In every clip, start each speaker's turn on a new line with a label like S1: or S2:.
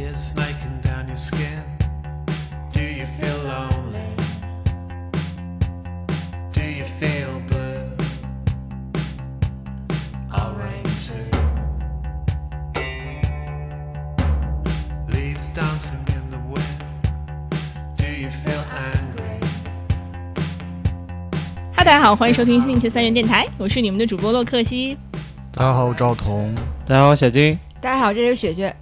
S1: is snaking down your skin? Do you feel lonely? Do you feel blue? I'll rain too. Leaves dancing in the wind. Do you feel angry?
S2: h e 大家好，欢迎收听新一期的三元电台，我是你们的主播洛克西。
S3: 大家好，我赵彤。
S4: 大家好，小金。
S5: 大家好，这是雪雪。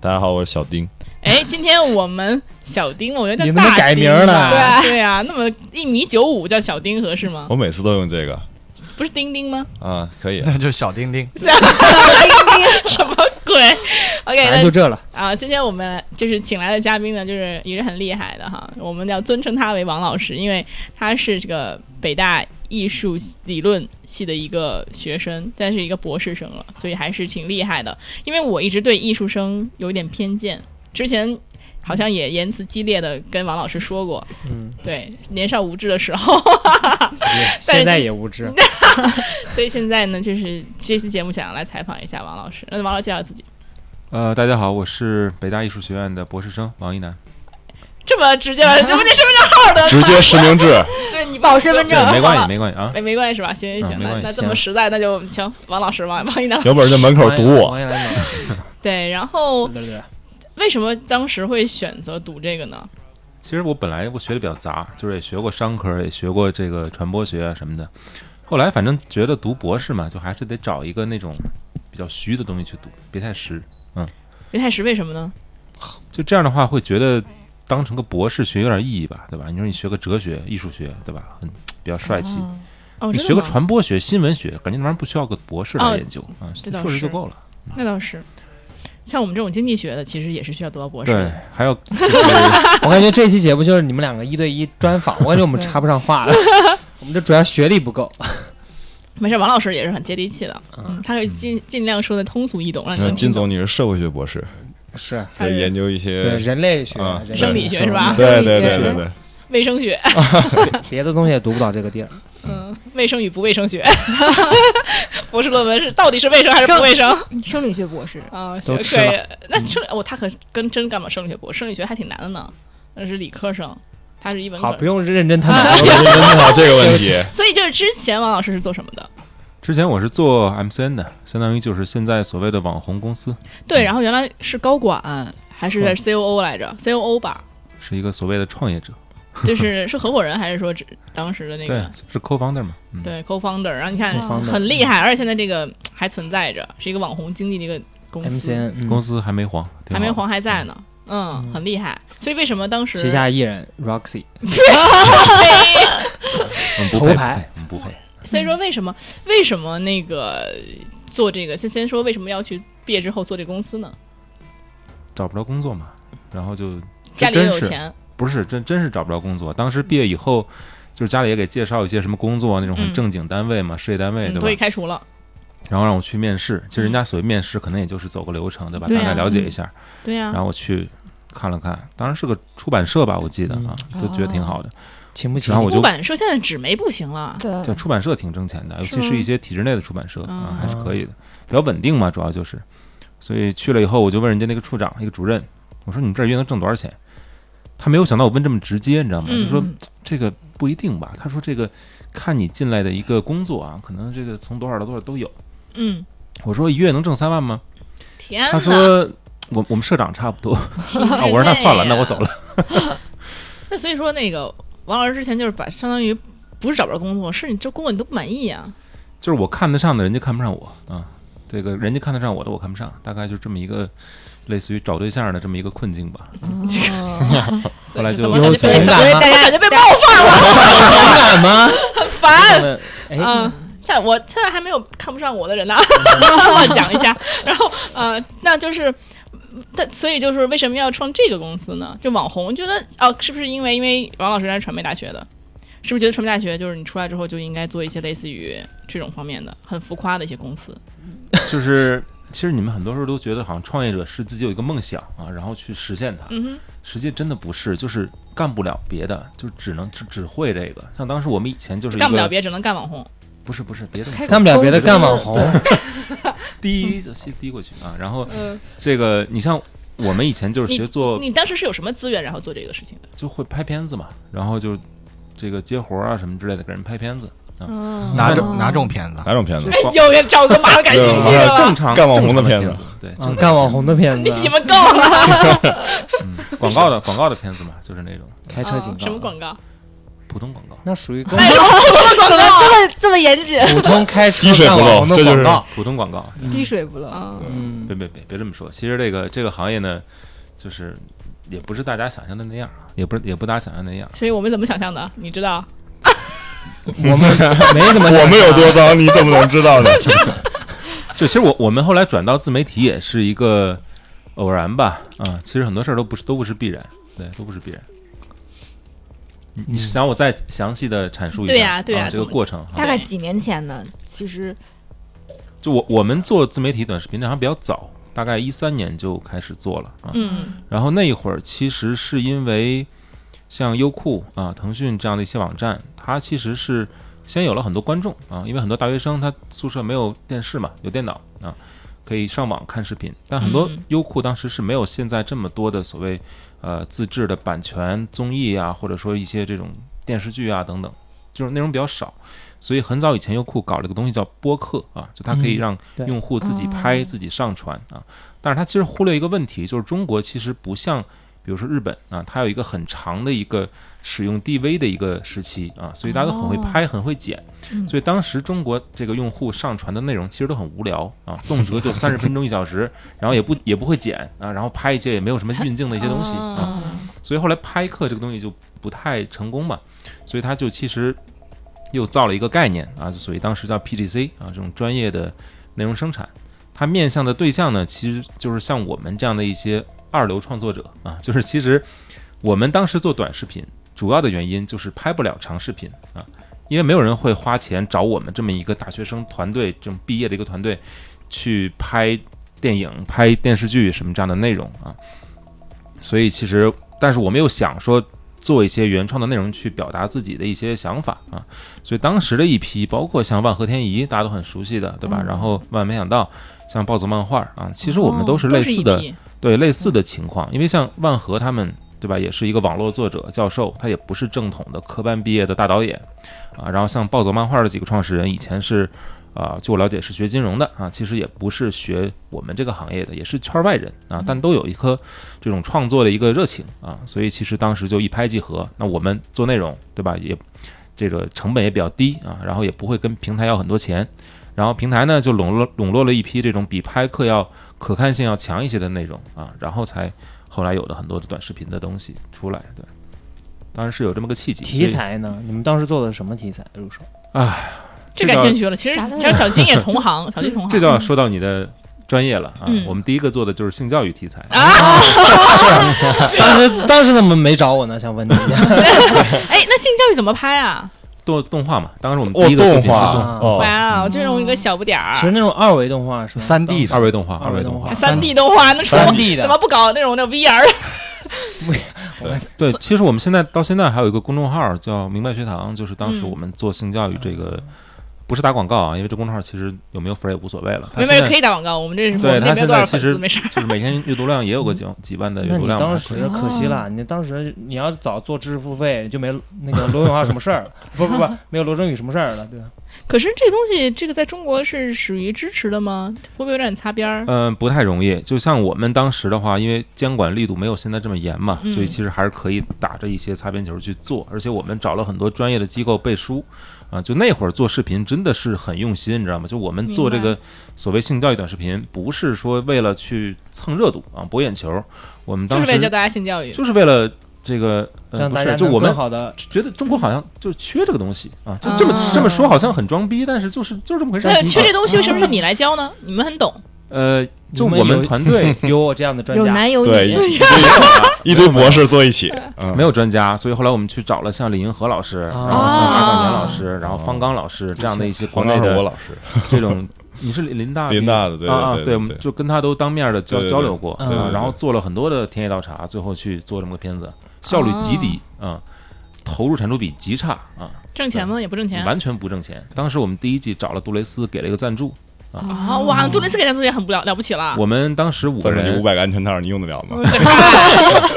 S6: 大家好，我是小丁。
S2: 哎，今天我们小丁，我觉得
S4: 你
S2: 叫
S4: 们都
S2: 大
S4: 改名
S2: 丁
S4: 了
S2: 吧对啊，那么一米九五叫小丁合适吗？
S6: 我每次都用这个
S2: 不是丁丁 吗？
S6: 啊，可以。
S3: 那就小丁丁，
S2: 什么鬼？OK，
S4: 反正就这了。
S2: 那啊，今天我们就是请来的嘉宾呢，就是也是很厉害的哈，我们要尊称他为王老师，因为他是这个北大艺术理论系的一个学生，但是一个博士生了，所以还是挺厉害的。因为我一直对艺术生有一点偏见，之前好像也言辞激烈的跟王老师说过，
S4: 嗯，
S2: 对，年少无知的时候， 但是
S4: 现在也无
S2: 嗯
S4: 知。
S2: 所以现在呢，就是这期节目想要来采访一下王老师，那王老师介绍自己。
S7: 呃，大家好，我是北大艺术学院的博士生王一楠。
S2: 这么直接吧，这不你身份证号的，
S6: 直接实名制，
S2: 对你
S5: 报身份证
S7: 这没关系，没 关系啊。
S2: 哎没没关系是吧？行行行，
S7: 嗯没
S2: 那
S7: 关系
S2: 那这么实在，那就行。王老师，王王一楠，
S6: 有本事在门口堵我。
S4: 王一楠王
S2: 对。然后
S4: 一楠对对 对，
S2: 为什么当时会选择读这个呢？
S7: 其实我本来我学的比较杂，就是也学过商科，也学过这个传播学啊什么的。后来反正觉得读博士嘛，就还是得找一个那种比较虚的东西去读，别太实。
S2: 别太实，为什么呢？
S7: 就这样的话，会觉得当成个博士学有点意义吧，对吧？你说你学个哲学、艺术学，对吧？很比较帅气。
S2: 哦，真的
S7: 你学个
S2: 吗，
S7: 传播学、新闻学，感觉那玩意儿不需要个博士
S2: 哦
S7: 来研究啊，
S2: 这倒
S7: 硕士
S2: 是
S7: 就够了。
S2: 那倒是。像我们这种经济学的，其实也是需要读到博士
S7: 对
S2: 的。，
S7: 还 有
S4: 我感觉这期节目就是你们两个一对一专访，我感觉我们插不上话了。 我们这主要学历不够，
S2: 没事，王老师也是很接地气的，嗯，他会尽尽量说的通俗易懂，让你
S6: 嗯
S2: 能听
S6: 金
S2: 懂。
S6: 总，你是社会学博士，
S4: 是
S2: 他
S6: 在
S2: 是
S6: 研究
S4: 对
S6: 一些
S4: 人类学
S6: 啊、
S4: 人类
S2: 生理学是吧
S6: 对
S5: 理
S6: 对
S5: 学
S6: 对对对，
S2: 卫生学，
S4: 别的东西也读不到这个地儿。
S2: 嗯，卫生与不卫生学， 博士论文是到底是卫生还是不卫生？
S5: 生理学博士，
S2: 啊，行
S4: 都吃嗯
S2: 可以。那生理哦，他可跟真干嘛生理学博，生理学还挺难的呢，那是理科生，他是一文
S4: 好，
S2: 科
S4: 不。用认真探
S2: 啊
S4: 讨。
S6: 哎我们探讨这个问题。
S2: 所以就是之前王老师是做什么的？
S7: 之前我是做 MCN 的，相当于就是现在所谓的网红公司，
S2: 对，然后原来是高管还是
S7: 嗯
S2: COO 来着？COO 吧，
S7: 是一个所谓的创业者，
S2: 就是是合伙人还是说只当时的那
S7: 对啊
S2: 个，
S7: 是 co-founder 嘛，嗯，
S2: 对 co-founder？然后你看
S4: co-founder
S2: 很厉害，而且现在这个还存在着，是一个网红经济的一个公司
S4: MCN 嗯
S7: 公司还没黄，挺
S2: 还
S7: 好
S2: 没黄还在呢。嗯，很厉害。所以为什么当时
S4: 旗下艺人 Roxy
S7: 我嗯 们不配
S4: 头牌，
S7: 我们不配，
S2: 所以说，为什么为什么那个做这个先先说为什么要去毕业之后做这公司呢？
S7: 找不着工作嘛，然后就
S2: 家
S7: 这
S2: 里也
S7: 真
S2: 有
S7: 是
S2: 钱，
S7: 不是真真是找不着工作。当时毕业以后，就是家里也给介绍一些什么工作那种
S2: 嗯
S7: 很正经单位嘛，事业单位
S2: 嗯，
S7: 对
S2: 都给
S7: 吧？
S2: 开除了。
S7: 然后让我去面试，其实人家所谓面试可能也就是走个流程对吧？
S2: 对啊嗯
S7: 大概了解一下，
S2: 对啊呀、
S7: 然后我去看了看，当时是个出版社吧，我记
S2: 嗯
S7: 得啊，就觉得挺好的。
S4: 请不起
S7: 然后我
S2: 出
S7: 就
S2: 版社现在纸媒不行了，
S5: 对，
S7: 对，啊出版社挺挣钱的，尤
S2: 嗯是
S7: 其
S2: 吗
S7: 是一些体制内的出版社
S2: 嗯
S7: 啊，还是可以的，比较稳定嘛，主要就是。所以去了以后，我就问人家那个处长、一个主任，我说你们这儿一月能挣多少钱？他没有想到我问这么直接，你知道吗？
S2: 嗯
S7: 就说这个不一定吧。他说这个看你进来的一个工作啊，可能这个从多少到多少都有。
S2: 嗯，
S7: 我说一月能挣三万吗？
S2: 天哪！
S7: 他说我我们社长差不 多。啊，我说那算了，那我走。了。
S2: 那所以说，那个王老师之前就是把相当于不是找不着工作，是你这工作你都不满意啊。
S7: 就是我看得上的人家看不上我啊，这个人家看得上我的我看不上，大概就这么一个类似于找对象的这么一个困 境吧。哦后来就
S2: 怎么感觉被
S4: 有
S2: 怎
S4: 同
S2: 么感觉被冒犯了，
S4: 感吗勇敢吗？
S2: 烦。
S4: 哎，
S2: 嗯，但我现在还没有看不上我的人 呢，乱讲一下。然后呃，那就是，但所以就是为什么要创这个公司呢？就网红，觉得哦，是不是因为因为王老师在传媒大学的，是不是觉得传媒大学就是你出来之后就应该做一些类似于这种方面的很浮夸的一些公司？
S7: 就是其实你们很多时候都觉得好像创业者是自己有一个梦想啊，然后去实现它，
S2: 嗯
S7: 实际真的不是，就是干不了别的，就只能只只会这个。像当时我们以前就是
S2: 哼，
S7: 一
S2: 干不了
S7: 个
S2: 别只能干网红。
S7: 不是不是别的
S5: 开
S4: 干不了别 的，干网
S5: 公
S4: 红
S5: 司。
S7: 滴就先滴过去啊，然后
S2: 嗯
S7: 这个你像我们以前就是学做
S2: 你当时是有什么资源，然后做这个事情的？
S7: 就会拍片子嘛，然后就这个接活儿啊什么之类的，给人拍片子。
S2: 嗯
S3: 哪种哪种片子？
S6: 哪种片子
S7: 就？
S2: 哎
S7: 是广
S2: 有人找个马感兴趣的
S7: 正
S2: 吗？
S7: 常
S6: 呃干网红
S7: 正常的
S6: 的片子
S7: 子，对，正
S4: 啊
S7: 常，
S4: 干网红的片子，
S2: 你们够了！
S7: 广告的广告的片子嘛，就是那种
S4: 开车警
S2: 啊
S4: 告，
S2: 什么广告？
S7: 普通广告，
S4: 那属于更
S5: 怎么这么这么严谨？啊
S4: 普通开车
S6: 滴水
S4: 干
S6: 不
S4: 网
S6: 漏
S4: 红的
S6: 这就
S4: 广
S6: 是
S4: 告。
S7: 普通广告。对
S5: 滴水不漏。
S2: 嗯，
S4: 嗯
S7: 别别别别这么说，其实这个这个行业呢，就是也不是大家想象的那样啊，也不是也不大家想象那样。
S2: 所以我们怎么想象的？你知道？
S4: 我 们没怎么想，
S6: 我们有多脏，你怎么能知道呢？
S7: 就其实我我们后来转到自媒体也是一个偶然吧，啊，其实很多事儿都不是都不是必然，对，都不是必然。你你是想我再详细的阐述一下
S2: 对呀对呀
S7: 啊
S2: 怎
S7: 这个
S2: 么
S7: 过程哈
S5: 大概几年前呢？其实
S7: 就我我们做自媒体短视频这行比较早，大概一三年就开始做了啊。
S2: 嗯
S7: 然后那一会儿其实是因为像优酷啊、腾讯这样的一些网站，它其实是先有了很多观众啊，因为很多大学生他宿舍没有电视嘛，有电脑啊，可以上网看视频。但很多
S2: 嗯
S7: 优酷当时是没有现在这么多的所谓呃自制的版权综艺啊，或者说一些这种电视剧啊等等，这种内容比较少。所以很早以前，优酷搞了个东西叫播客啊，就它可
S4: 嗯
S7: 以让
S4: 对
S7: 用户自己拍、自己上传啊。但是它其实忽略一个问题，就是中国其实不像，比如说日本啊，它有一个很长的一个使用 DV 的一个时期啊，所以大家都很会拍、很会剪。所以当时中国这个用户上传的内容其实都很无聊啊，动辄就三十分钟、一小时，然后也不也不会剪啊，然后拍一些也没有什么运镜的一些 东西
S2: 嗯哦
S7: 啊。所以后来拍客这个东西就不太成功嘛，所以他就其实又造了一个概念啊，就所以当时叫 PDC 啊，这种专业的内容生产，它面向的对象呢，其实就是像我们这样的一些二流创作者啊，就是其实我们当时做短视频，主要的原因就是拍不了长视频啊，因为没有人会花钱找我们这么一个大学生团队，这种毕业的一个团队去拍电影、拍电视剧什么这样的内容啊，所以其实但是我们又想说做一些原创的内容去表达自己的一些想法啊，所以当时的一批，包括像万和天宜，大家都很熟悉的，对吧？
S2: 嗯哦
S7: 然后万万没想到，像暴走漫画啊，其实我们都是类似的，
S2: 都是一批
S7: 对类似的情况，因为像万和他们，对吧，也是一个网络作者教授，他也不是正统的科班毕业的大导演啊。然后像暴走漫画的几个创始人，以前是啊、据我了解是学金融的啊，其实也不是学我们这个行业的，也是圈外人啊，但都有一颗这种创作的一个热情啊，所以其实当时就一拍即合。那我们做内容，对吧，也这个成本也比较低啊，然后也不会跟平台要很多钱。然后平台呢就笼络笼络了一批这种比拍客要可看性要强一些的内容啊，然后才后来有了很多的短视频的东西出来。对，当然是有这么个契机。
S4: 题材呢？你们当时做的什么题材？入手
S2: 这
S7: 这
S2: 感
S7: 叫
S2: 兴趣了。其实
S5: 啥都有
S2: 其实小金也同 行，小金同行。
S7: 这就要说到你的专业了啊。
S2: 嗯
S7: 我们第一个做的就是性教育题材，
S2: 啊，
S6: 啊
S4: 当时当时怎么没找我呢？想问你一下，
S2: 哎，那性教育怎么拍啊？
S7: 动动画嘛。当时我们第
S6: 哦
S7: 一，个作
S6: 动
S7: 品是
S6: 画
S7: 动
S4: 画
S6: 哦，
S2: 哇哦，这种一个小不点儿
S4: 啊
S2: 啊
S4: 其，实那种二维动画是吧
S3: 三 D
S7: 二维动画，二维
S4: 动
S7: 动画。
S2: 三 D 动画，那是
S4: 三 D
S2: 怎么
S4: 的，
S2: 不搞那种那 VR？
S7: 对，其实我们现在到现在还有一个公众号叫“明白学堂”，就是当时
S2: 嗯
S7: 我们做性教育这个，不是打广告啊，因为这公众号其实有没有粉儿也无所谓了。它
S2: 没
S7: 现
S2: 没
S7: 在
S2: 可以打广告，我们这是
S7: 对
S2: 我们那
S7: 他
S2: 边
S7: 现
S2: 多少
S7: 在
S2: 粉
S7: 其
S2: 丝
S7: 实
S2: 没事儿。
S7: 就是每天阅读量也有个几几万的
S4: 嗯
S7: 阅
S4: 那
S7: 读
S4: 你
S7: 量嘛。
S4: 当
S7: 还可以
S4: 时可惜
S6: 哦
S4: 了，你当时你要早做知识付费，就没那个罗永浩什么事儿了，不不不，没有罗振宇什么事儿了，对吧？
S2: 可是这东西，这个在中国是属于支持的吗？会不会有点擦边儿？
S7: 嗯，不太容易。就像我们当时的话，因为监管力度没有现在这么严嘛，
S2: 嗯
S7: 所以其实还是可以打着一些擦边球去做。而且我们找了很多专业的机构背书，啊，就那会儿做视频真的是很用心，你知道吗？就我们做这
S2: 明
S7: 个所谓性教育短视频，不是说为了去蹭热度啊、博眼球，我们
S2: 就
S7: 当
S2: 是
S7: 时
S2: 为了教大家性教育。
S7: 就是为了这个，呃，
S4: 让
S7: 不
S4: 大家
S7: 是，就
S4: 能
S7: 我们
S4: 更好的
S7: 觉得中国好像就缺这个东西啊，就这么、
S2: 啊
S7: 这么说好像很装逼，但是就是就是这么回事儿。
S2: 那
S7: 挺
S2: 缺这东西为什么是
S4: 啊
S2: 你来教呢？你们很懂，
S7: 呃，就
S4: 你
S7: 我们
S4: 有
S7: 团队
S4: 有我这样的专
S5: 有
S4: 家，
S5: 男有
S6: 对，
S5: 女，
S6: 一堆一堆博士坐一起，嗯
S7: 没有专家，所以后来我们去找了像李银河老师，然
S4: 啊
S7: 后像马小年老
S6: 哦
S7: 师，然后方刚老师这样的一些国
S6: 黄
S7: 内
S6: 刚是我
S7: 的
S6: 老师，
S7: 这种，你是林大
S6: 林大的，对
S7: 啊啊，
S6: 对
S7: 我们就跟他都当面的交
S6: 对对对
S7: 交流过，
S4: 对对
S7: 啊
S4: 对
S7: 然后做了很多的田野调查，最后去做这么个片子，效率极低啊，投入产出比极差啊，
S2: 挣钱吗？也不挣钱。
S7: 完全不挣钱。当时我们第一季找了杜蕾斯，给了一个赞助，
S2: 啊，哇，杜蕾斯给他做也很不了了不起了。
S7: 我们当时五个
S6: 但是你
S7: 人
S6: 五，百个安全套，你用得了吗？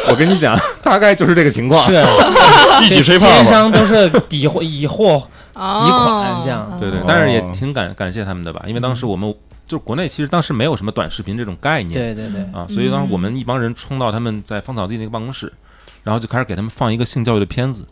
S7: 我跟你讲，大概就是这个情况。
S4: 是
S6: 一 起吹泡
S4: 奸
S6: 吧。
S4: 商都是抵货以货以款
S2: 哦嗯
S4: 这样。
S7: 对对
S6: 哦，
S7: 但是也挺感感谢他们的吧，因为当时我们就国内其实当时没有什么短视频这种概念，
S4: 对对对，
S7: 啊，所以当时我
S2: 嗯
S7: 们一帮人冲到他们在芳草地那个办公室，然后就开始给他们放一个性教育的片子，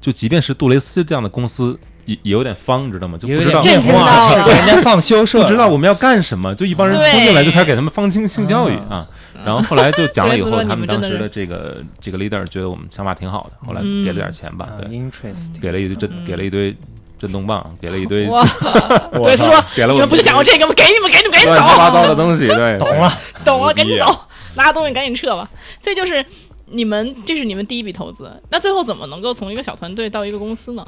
S7: 就即便是杜蕾斯这样的公司也也有点方，你知道吗？就
S4: 也
S7: 不
S4: 有
S7: 知道
S4: 点
S5: 震
S4: 变
S5: 惊到
S4: 化，
S5: 了
S4: 给人家放羞
S7: 不
S4: 涩，
S7: 知道我们要干什么，就一帮人
S2: 对嗯
S7: 冲进来就开始给他们放性性教育啊，然后后来就讲了 以
S2: 杜蕾
S7: 后，
S2: 斯说
S7: 他们当
S2: 你
S7: 时
S2: 们
S7: 的这个这个 leader 觉得我们想法挺好的，后来
S2: 嗯
S7: 给了点钱吧，
S4: 啊
S7: 对，
S4: ，interest
S7: 给了一堆震给了一堆震动棒，给了一堆
S2: 哇，杜蕾
S6: 我
S2: 斯
S6: 操，
S2: 说
S7: 给了
S2: 你
S7: 我
S2: 们不是想要这个吗？给你们，给你们，赶紧
S7: 乱七
S2: 走，
S7: 八糟的 东西，对，
S4: 懂了。
S2: 懂了，
S6: 牛
S2: 赶
S6: 逼
S2: 紧
S6: 啊
S2: 走， 拉东西赶紧撤吧。所以就是你们，这是你们第一笔投资，那最后怎么能够从一个小团队到一个公司呢？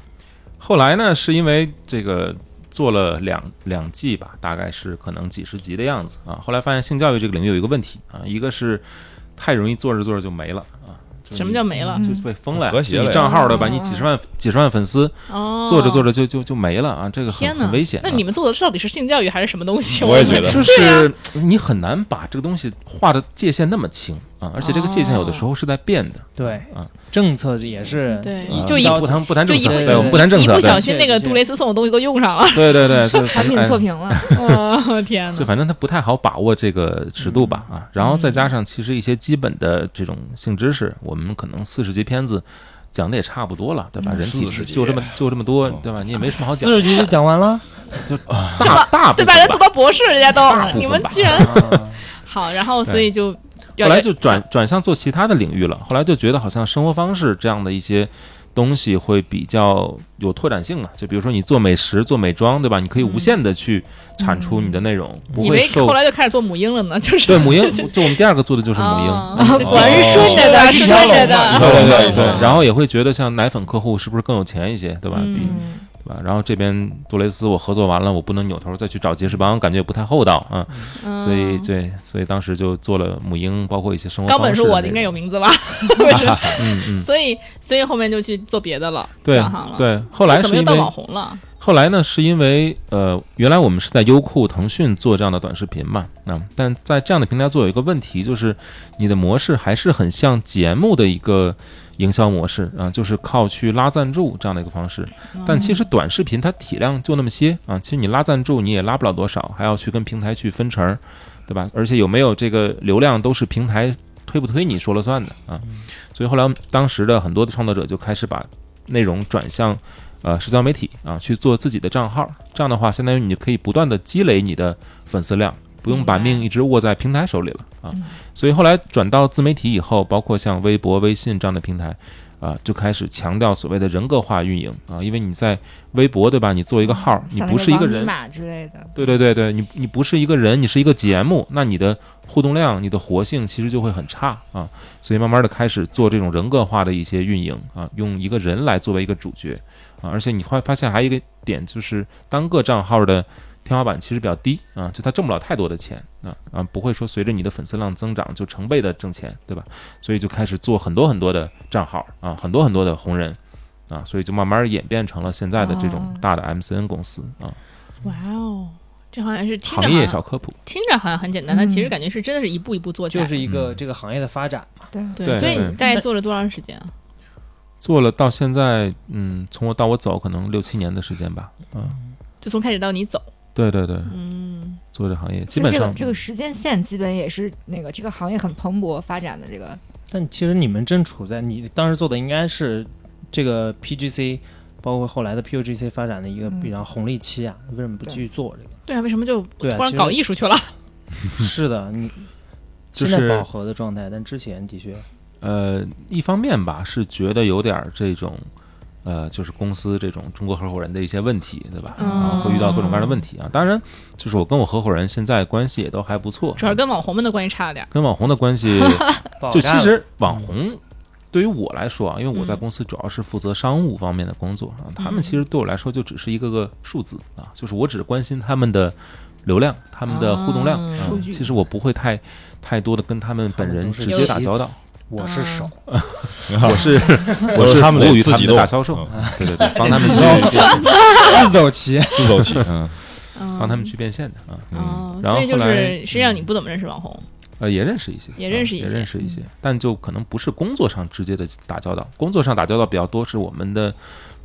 S7: 后来呢，是因为这个做了两两季吧，大概是可能几十集的样子啊。后来发现性教育这个领域有一个问题啊，一个是太容易做着做着就没了啊。就是
S2: 什么叫没了？
S7: 就被封了呀？
S6: 和谐
S7: 就你
S6: 了呀
S7: 账号的吧，你几十万几十万粉丝，
S2: 哦，
S7: 做着做着就就就没了啊！这个很
S2: 天哪，
S7: 很危险啊。
S2: 那你们做的到底是性教育还是什么东西？
S6: 我也觉得
S7: 就是你很难把这个东西画的界限那么清啊，而且这个界限有的时候是在变的。
S4: 对
S7: 啊，
S4: 政策也是
S2: 对
S4: 啊
S2: 哦就一
S7: 不谈不谈
S2: 就
S7: 政
S2: 一
S7: 策，
S2: 不
S7: 对，我们不谈政
S2: 一
S7: 策，
S2: 不
S7: 对
S2: 小心那个杜蕾斯送的东西都用上了。
S7: 对对对，就是
S5: 产品
S7: 哎
S5: 测评了，
S2: 哦，天
S7: 就
S2: 哪！
S7: 反正他不太好把握这个尺度吧
S2: 嗯
S7: 啊，然后再加上其实一些基本的这种性知识，我们可能四十集片子讲的也差不多了，对吧？
S2: 嗯
S7: 人体
S6: 40集
S7: 就这么就这么多
S6: 哦，
S7: 对吧？你也没什么好讲
S4: 四，十集就讲完了，
S7: 就大大部
S2: 对
S7: 分
S2: 吧？人读
S7: 吧。
S2: 到博士，人家都
S7: 大部分
S2: 你们
S7: 吧啊
S2: 居然 好，然后所以就
S7: 后来就转转向做其他的领域了，后来就觉得好像生活方式这样的一些。东西会比较有拓展性嘛？啊就比如说你做美食、做美妆，对吧？你可以
S2: 嗯
S7: 无限的去产出你的内容，不
S2: 以
S7: 会
S2: 为
S7: 受
S2: 嗯后来就开始做母婴了呢，就是
S7: 对 母婴。就我们第二个做的就是母婴，
S2: 哦
S7: 嗯
S2: 果
S5: 果然是 顺着
S2: 哦
S5: 的，是顺着的。
S7: 对对对
S6: 嗯
S7: 对
S2: 嗯，
S7: 然后也会觉得像奶粉客户是不是更有钱一些，对吧？比
S2: 嗯
S5: 嗯，
S7: 对吧？然后这边杜蕾斯我合作完了，我不能扭头再去找杰士邦，感觉也不太厚道啊。
S2: 嗯
S7: 所以对，所以当时就做了母婴，包括一些生活
S2: 冈
S7: 方式。
S2: 本是我的，应该有。名字吧？不是
S7: 嗯 嗯，
S2: 所以所以后面就去做别的了，
S7: 对
S2: 转行了。，
S7: 对。后来
S2: 怎么
S7: 是
S2: 又
S7: 因
S2: 到网
S7: 为
S2: 红了？
S7: 后来呢，是因为呃，原来我们是在优酷、腾讯做这样的短视频嘛，啊，但在这样的平台做有一个问题，就是你的模式还是很像节目的一个营销模式啊，就是靠去拉赞助这样的一个方式。但其实短视频它体量就那么些啊，其实你拉赞助你也拉不了多少，还要去跟平台去分成儿，对吧？而且有没有这个流量都是平台推不推你说了算的啊。
S2: 嗯
S7: 所以后来当时的很多的创作者就开始把内容转向呃社交媒体啊，去做自己的账号。这样的话，相当于你可以不断的积累你的粉丝量，不用把
S2: 明白嗯
S7: 命一直握在平台手里了啊。所以后来转到自媒体以后，包括像微博、微信这样的平台。啊、就开始强调所谓的人格化运营啊，因为你在微博对吧？你做一个号，你
S5: 像
S7: 不是一
S5: 那
S7: 个
S5: 王尼
S7: 人，
S5: 玛之类的，
S7: 对对对对，你你不是一个人，你是一个节目，那你的互动量、你的活性其实就会很差啊。所以慢慢的开始做这种人格化的一些运营啊，用一个人来作为一个主角啊。而且你会发现还有一个点就是单个账号的天花板其实比较低啊，就它挣不了太多的钱啊啊，不会说随着你的粉丝量增长就成倍的挣钱，对吧？所以就开始做很多很多的账号啊，很多很多的红人。啊，所以就慢慢演变成了现在的这种
S5: 哦
S7: 大的 MCN 公司啊，
S2: 哇哦，这好像是听着
S7: 行
S2: 好
S7: 业
S2: 像
S7: 小科普。
S2: 听着好像很简单，但
S5: 嗯
S2: 其实感觉是真的是一步一步做起来。
S4: 就是一
S7: 嗯
S4: 个这个行业的发展嘛。
S5: 对，
S2: 对，
S7: 对
S2: 所以
S7: 对
S2: 你大概做了多长时间啊？
S7: 做了到现在，嗯，从我到我走可能六七年的时间吧。嗯，
S2: 就从开始到你走，
S7: 对对对，
S2: 嗯，
S7: 做这行业基
S5: 其实
S7: 本
S5: 这个
S7: 上
S5: 这个时间线基本也是那个这个行业很蓬勃发展的这个，
S4: 但其实你们正处在你当时做的应该是这个 PGC，包括后来的 PUGC 发展的一个
S5: 嗯
S4: 比较红利期啊，为什么不
S5: 对
S4: 继续做这个？
S2: 对啊，为什么就突
S4: 对啊
S2: 然
S4: 其实
S2: 搞艺术去了？
S4: 是的，你
S7: 就
S4: 现
S7: 是
S4: 在饱和的状态，但之前的确
S7: 呃，一方面吧是觉得有点儿这种，呃，就是公司这种中国合伙人的一些问题，对吧？啊，会遇到各种各样的问题啊。当然，就是我跟我合伙人现在关系也都还不错，
S2: 主要是跟网红们的关系差了点儿。
S7: 跟网红的关系
S4: 不好
S7: 就
S4: 干
S7: 其
S4: 了
S7: 实网红对于我来说啊，因为我在
S2: 嗯
S7: 公司主要是负责商务方面的工作啊，他
S2: 嗯
S7: 们其实对我来说就只是一个个数字啊，就是我只关心他们的流量、他们的互动量
S2: 啊
S7: 啊
S5: 数据
S7: 其实我不会太太多的跟他们本
S4: 他们
S7: 人
S4: 都是
S7: 直接打交道，
S2: 嗯
S4: 我是手，
S7: 我 是
S6: 都
S7: 我
S6: 嗯是
S7: 是
S6: 他们
S7: 服务
S6: 得
S7: 于
S6: 自
S7: 他
S6: 己
S7: 们
S6: 弄
S7: 的 大销售，
S6: 嗯
S7: 啊对对对，帮他们去
S4: 自走棋，
S6: 自走起，嗯，
S2: 嗯
S7: 帮他们去变现的啊。
S2: 哦，
S7: 然后
S2: 所以就
S7: 后来
S2: 是实际上你不怎么认识网红，
S7: 呃，也认识一些，
S2: 也认识
S7: 啊
S2: 一
S7: 也
S2: 些嗯
S7: 认识一些，但就可能不是工作上直接的打交道，工作上打交道比较多是我们的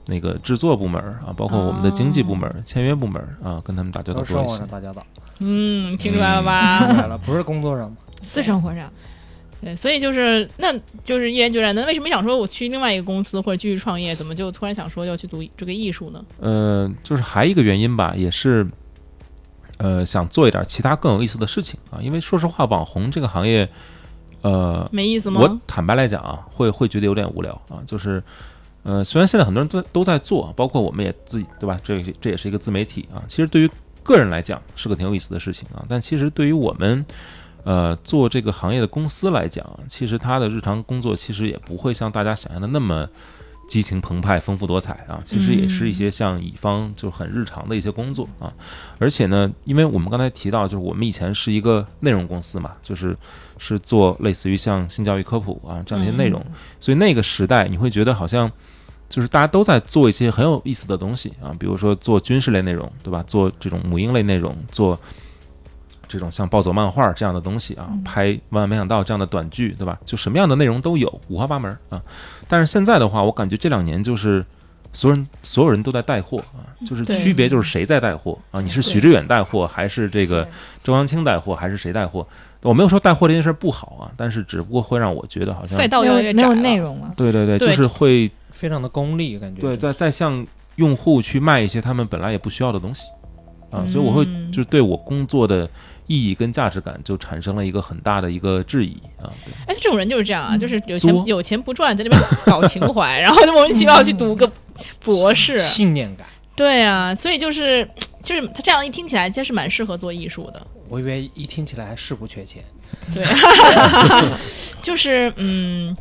S7: 那个制作部门儿啊，包括我们的经济部门儿、
S2: 哦
S7: 签约部门儿啊，跟他们打交道
S4: 都是生
S7: 多一
S4: 活
S7: 些
S4: 上。打交道，
S2: 嗯，听出来了吧？
S4: 明白了，不是工作上嘛。
S5: 私生活上，
S2: 对，所以就是，那就是毅然决然的。那为什么想说我去另外一个公司或者继续创业？怎么就突然想说要去读这个艺术呢？
S7: 呃，就是还一个原因吧，也是，呃，想做一点其他更有意思的事情啊。因为说实话，网红这个行业，呃，
S2: 没意思
S7: 我
S2: 吗？
S7: 坦白来讲啊，会会觉得有点无聊啊，就是。呃，虽然现在很多人都都在做，啊包括我们也自己，对吧？这也是这也是一个自媒体啊。其实对于个人来讲是个挺有意思的事情啊，但其实对于我们，呃，做这个行业的公司来讲，其实他的日常工作其实也不会像大家想象的那么激情澎湃、丰富多彩啊。其实也
S2: 嗯
S7: 是一些像乙方就很日常的一些工作啊。而且呢，因为我们刚才提到，就是我们以前是一个内容公司嘛，就是是做类似于像性教育科普啊这样的一些内容，所以那个时代你会觉得好像。就是大家都在做一些很有意思的东西啊，比如说做军事类内容，对吧？做这种母婴类内容，做这种像暴走漫画这样的东西啊，拍《万万没想到》这样的短剧，对吧？就什么样的内容都有，五花八门啊。但是现在的话，我感觉这两年就是所有人所有人都在带货啊，就是
S2: 对
S7: 区别就是谁在带货啊？你是
S5: 对
S7: 徐志远带货，还是这个
S5: 对
S7: 周扬青带货，还是谁带货？我没有说带货这件事儿不好啊，但是只不过会让我觉得好像
S2: 赛道
S5: 没
S2: 越来
S5: 有
S2: 越
S5: 没
S2: 窄
S5: 有
S2: 了。
S5: 内容了，
S7: 对对对，
S2: 对
S7: 就是会
S4: 非常的功利，感觉
S7: 对，再再向用户去卖一些他们本来也不需要的东西啊，所以我会
S2: 嗯
S7: 就对我工作的意义跟价值感就产生了一个很大的一个质疑啊。对，
S2: 哎，这种人就是这样啊，
S5: 嗯
S2: 就是有钱
S7: 作
S2: 有钱不赚，在这边搞情怀，然后就莫名其妙去读个博士。
S4: 信念感。
S2: 对啊，所以就是就是他这样一听起来，其实蛮适合做艺术的。
S4: 我以为一听起来是不缺钱，
S2: 对，就是嗯，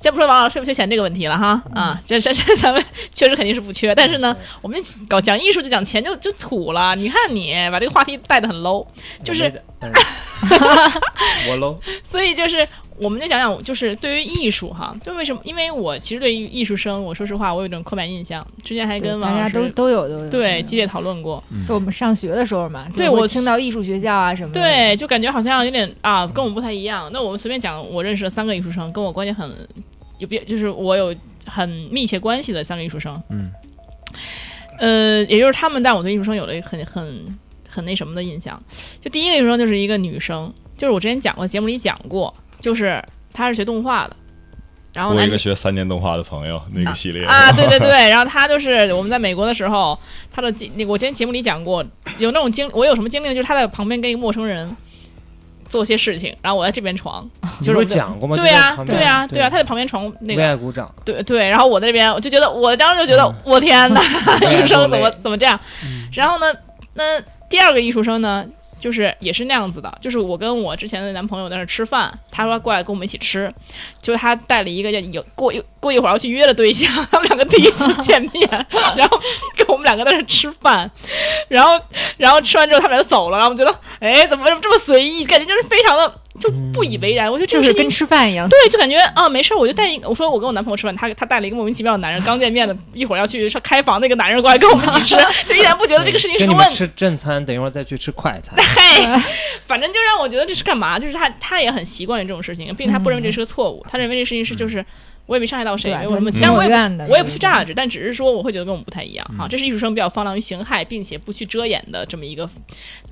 S2: 先不说王老师缺不缺钱这个问题了哈，啊，这这这咱们确实肯定是不缺，但是呢，我们搞讲艺术就讲钱就就土了，你看你把这个话题带得很 low，就是
S4: 我没的当然 我喽。
S2: 所以就是我们再讲讲，就是对于艺术哈，就为什么？因为我其实对于艺术生，我说实话，我有一种刻板印象，之前还
S5: 对
S2: 跟王
S5: 大
S2: 老
S5: 家
S2: 师
S5: 都都有都有
S2: 对
S5: 那种
S2: 激烈讨论过，
S5: 就我们上学的时候嘛，
S2: 对
S5: 就会
S2: 我
S5: 听到艺术学校啊什么的，
S2: 对，就感觉好像有点啊，跟我们不太一样。那我们随便讲，我认识的三个艺术生，跟我关系很有别，就是我有很密切关系的三个艺术生。
S7: 嗯，
S2: 呃，也就是他们让我对艺术生有了一个很很很那什么的印象。就第一个艺术生就是一个女生，就是我之前讲过，节目里讲过，就是她是学动画的，然后
S6: 我有
S2: 男
S6: 一个学三年动画的朋友，那个系列
S2: 哦啊，对对对，然后他就是我们在美国的时候，他的经，那个我之前节目里讲过，有那种经，我有什么经历呢，就是他在旁边跟一个陌生人做些事情，然后我在这边床，
S4: 你
S2: 就是
S4: 不
S2: 我
S4: 是
S2: 在
S4: 讲过吗？
S2: 对呀、对呀、
S4: 呀，
S2: 对啊呀、他在旁边床那
S4: 为
S2: 个，
S4: 爱鼓掌，
S2: 对对，然后我在这边，我就觉得，我当时就觉
S5: 嗯
S2: 得，我天 哪，
S4: 为爱
S2: 艺术生
S4: 落
S2: 怎
S4: 泪
S2: 么怎么这样？然后呢，那第二个艺术生呢，就是也是那样子的，就是我跟我之前的男朋友在那儿吃饭，他说过来跟我们一起吃，就是他带了一个有过一过一会儿要去约的对象，他们两个第一 次见面，然后跟我们两个在那儿吃饭，然后然后吃完之后他们俩就走了，然后我们觉得，哎，怎么这么随意？感觉就是非常的就不以为然，我觉得这个
S5: 嗯就是
S2: 事情
S5: 跟吃饭一样，
S2: 对，就感觉啊，没事儿，我就带一个。我说我跟我男朋友吃饭，他他带了一个莫名其妙的男人，刚见面的，一会儿要去上开房那个男人过来跟我们一起吃，就依然不觉得这个事情
S4: 就是你
S2: 个
S4: 们
S2: 问题。
S4: 吃正餐，等一会儿再去吃快 餐。
S2: 嘿，反正就让我觉得这是干嘛？就是他他也很习惯于这种事情，并且他不认为这是个错误，他认为这事情是就是我也没伤害到谁，
S5: 对
S2: 没有什么，
S5: 情
S2: 虽然我
S5: 我
S2: 也
S5: 愿的，
S2: 我也不去 judge，但只是说我会觉得跟我们不太一样哈、这是艺术生比较放荡于形骸，并且不去遮掩的这么一个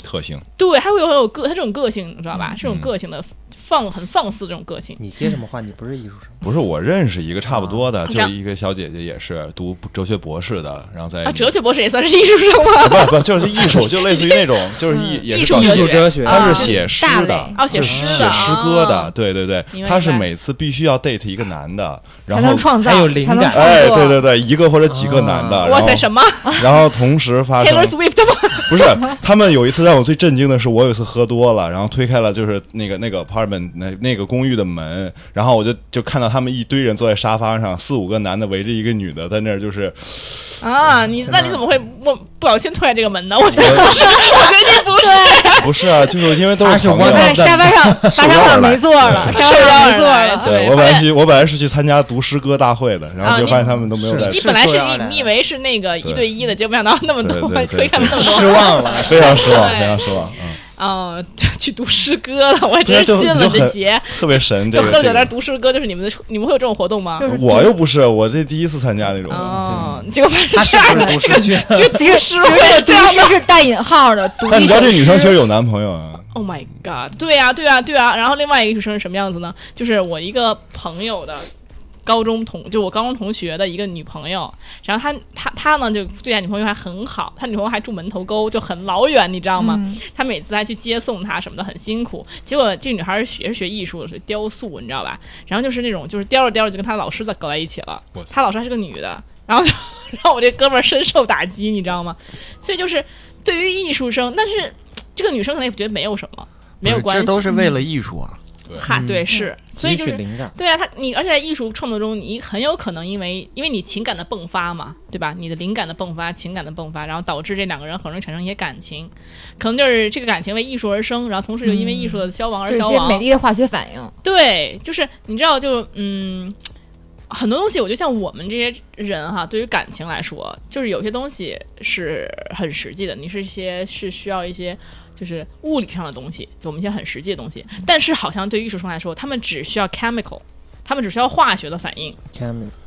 S6: 特性，
S2: 对，他会有很有个他这种个性，你知道吧？这种
S6: 嗯
S2: 个性的放很放肆这种个性。
S4: 你接什么话？你不是艺术生，
S6: 不是我认识一个差不多的，
S2: 哦这
S6: 就
S2: 样
S6: 一个小姐姐也是读哲学博士的，然后在
S2: 啊，哲学博士也算是艺术生吗？
S6: 不不就是艺术，就类似于那种就是艺也
S2: 嗯艺
S6: 是
S2: 术
S6: 搞
S2: 哲
S4: 艺
S2: 学
S4: 术哲学。
S6: 他
S2: 啊
S6: 是写诗
S5: 大
S6: 的
S5: 类，
S2: 哦，写
S6: 就
S2: 诗
S6: 是
S2: 的
S6: 写诗歌的
S2: 哦，
S6: 对对对
S2: 明，白
S6: 他是
S2: 明白
S6: 每次必须要 date 一个男的，然后
S5: 才能创造，
S4: 才有灵
S5: 才能
S4: 感
S5: 创
S6: 哎，
S5: 作
S6: 对对对，一个或者几个男的，
S4: 啊
S2: 哇
S6: 然后
S2: 塞，什么
S6: 然后同时发生
S2: ？Taylor Swift 吗？
S6: 不是他们有一次让我最震惊的是，我有一次喝多了，然后推开了就是那个那个 apartment 本那那个公寓的门，然后我就就看到他们一堆人坐在沙发上，四五个男的围着一个女的在那儿，就是
S2: 啊，你那你怎么会不不小心推开这个门呢？我觉得
S6: 我
S2: 我觉得你不是，
S6: 不是啊，就是因为 都
S4: 他是
S6: 是朋友
S4: one
S6: 嘛。
S5: 哎，沙发上，沙发上没座了，沙发上没座了。
S2: 对
S6: 对我
S2: 发
S6: 本来
S2: 现
S6: 去我本来是去参加读诗歌大会的，然
S2: 啊
S6: 后就
S2: 你
S6: 发现他们都没有
S4: 是
S6: 在
S4: 的
S2: 你
S6: 场，
S2: 本来是
S4: 说要来
S2: 你以为是那个
S6: 对
S2: 一对一的，结果没想到那么多
S6: 对对，对
S2: 推开了那么
S4: 失
S2: 多。
S4: 望了。
S6: 非常失望，
S2: 对
S6: 非常失望，嗯，
S2: 嗯，就去读诗歌了，我还真
S6: 对啊就
S2: 信了
S6: 就
S2: 这
S6: 很
S2: 邪。
S6: 特别神。这
S2: 就
S6: 个
S2: 喝了酒
S6: 这
S2: 在那
S6: 个
S2: 儿，读诗歌，就是你们的，你们会有这种活动吗？
S6: 我又不是我这第一次参加那种的，
S2: 哦，结果发现
S4: 他
S2: 是这啊
S4: 是
S2: 样
S4: 不
S2: 的
S4: 是，不是去？
S2: 这个
S5: 其实
S2: 读诗
S5: 其实这
S2: 会
S5: 个
S2: 这样
S5: 读
S2: 的
S5: 诗是带引号的，读
S6: 但
S5: 一
S6: 你知道
S5: 首
S6: 这女生其实
S5: 诗。
S6: 有男朋友啊？
S2: Oh my god！对呀、对呀、啊对呀、然后另外一个女生是什么样子呢？就是我一个朋友的高中同，就我高中同学的一个女朋友。然后她她她呢，就对她女朋友还很好，她女朋友还住门头沟，就很老远，你知
S5: 嗯
S2: 道吗？她每次还去接送她什么的，很辛苦。结果这女孩儿学是学艺术的，是雕塑，你知道吧？然后就是那种就是雕着雕着就跟她老师在搞在一起了
S6: 我操，
S2: 她老师还是个女的，然后就 让我这哥们儿深受打击，你知道吗？所以就是对于艺术生，但是这个女生可能也觉得没有什么，没有
S3: 不是
S2: 关系，
S3: 这都是为了艺术啊。
S2: 哈，
S4: 嗯
S2: 对是，所以
S4: 汲
S2: 就
S4: 取
S2: 是
S4: 灵感。
S2: 对啊，他你而且在艺术创作中，你很有可能因为因为你情感的迸发嘛，对吧？你的灵感的迸发，情感的迸发，然后导致这两个人很容易产生一些感情，可能就是这个感情为艺术而生，然后同时又因为艺术的消亡而
S5: 嗯就是一
S2: 消
S5: 些
S2: 亡。
S5: 美丽的化学反应，
S2: 对，就是你知道就，嗯，很多东西，我就像我们这些人哈，对于感情来说，就是有些东西是很实际的，你是一些是需要一些就是物理上的东西，就我们一些很实际的东西。但是好像对于艺术生来说，他们只需要 chemical，他们只需要化学的反应。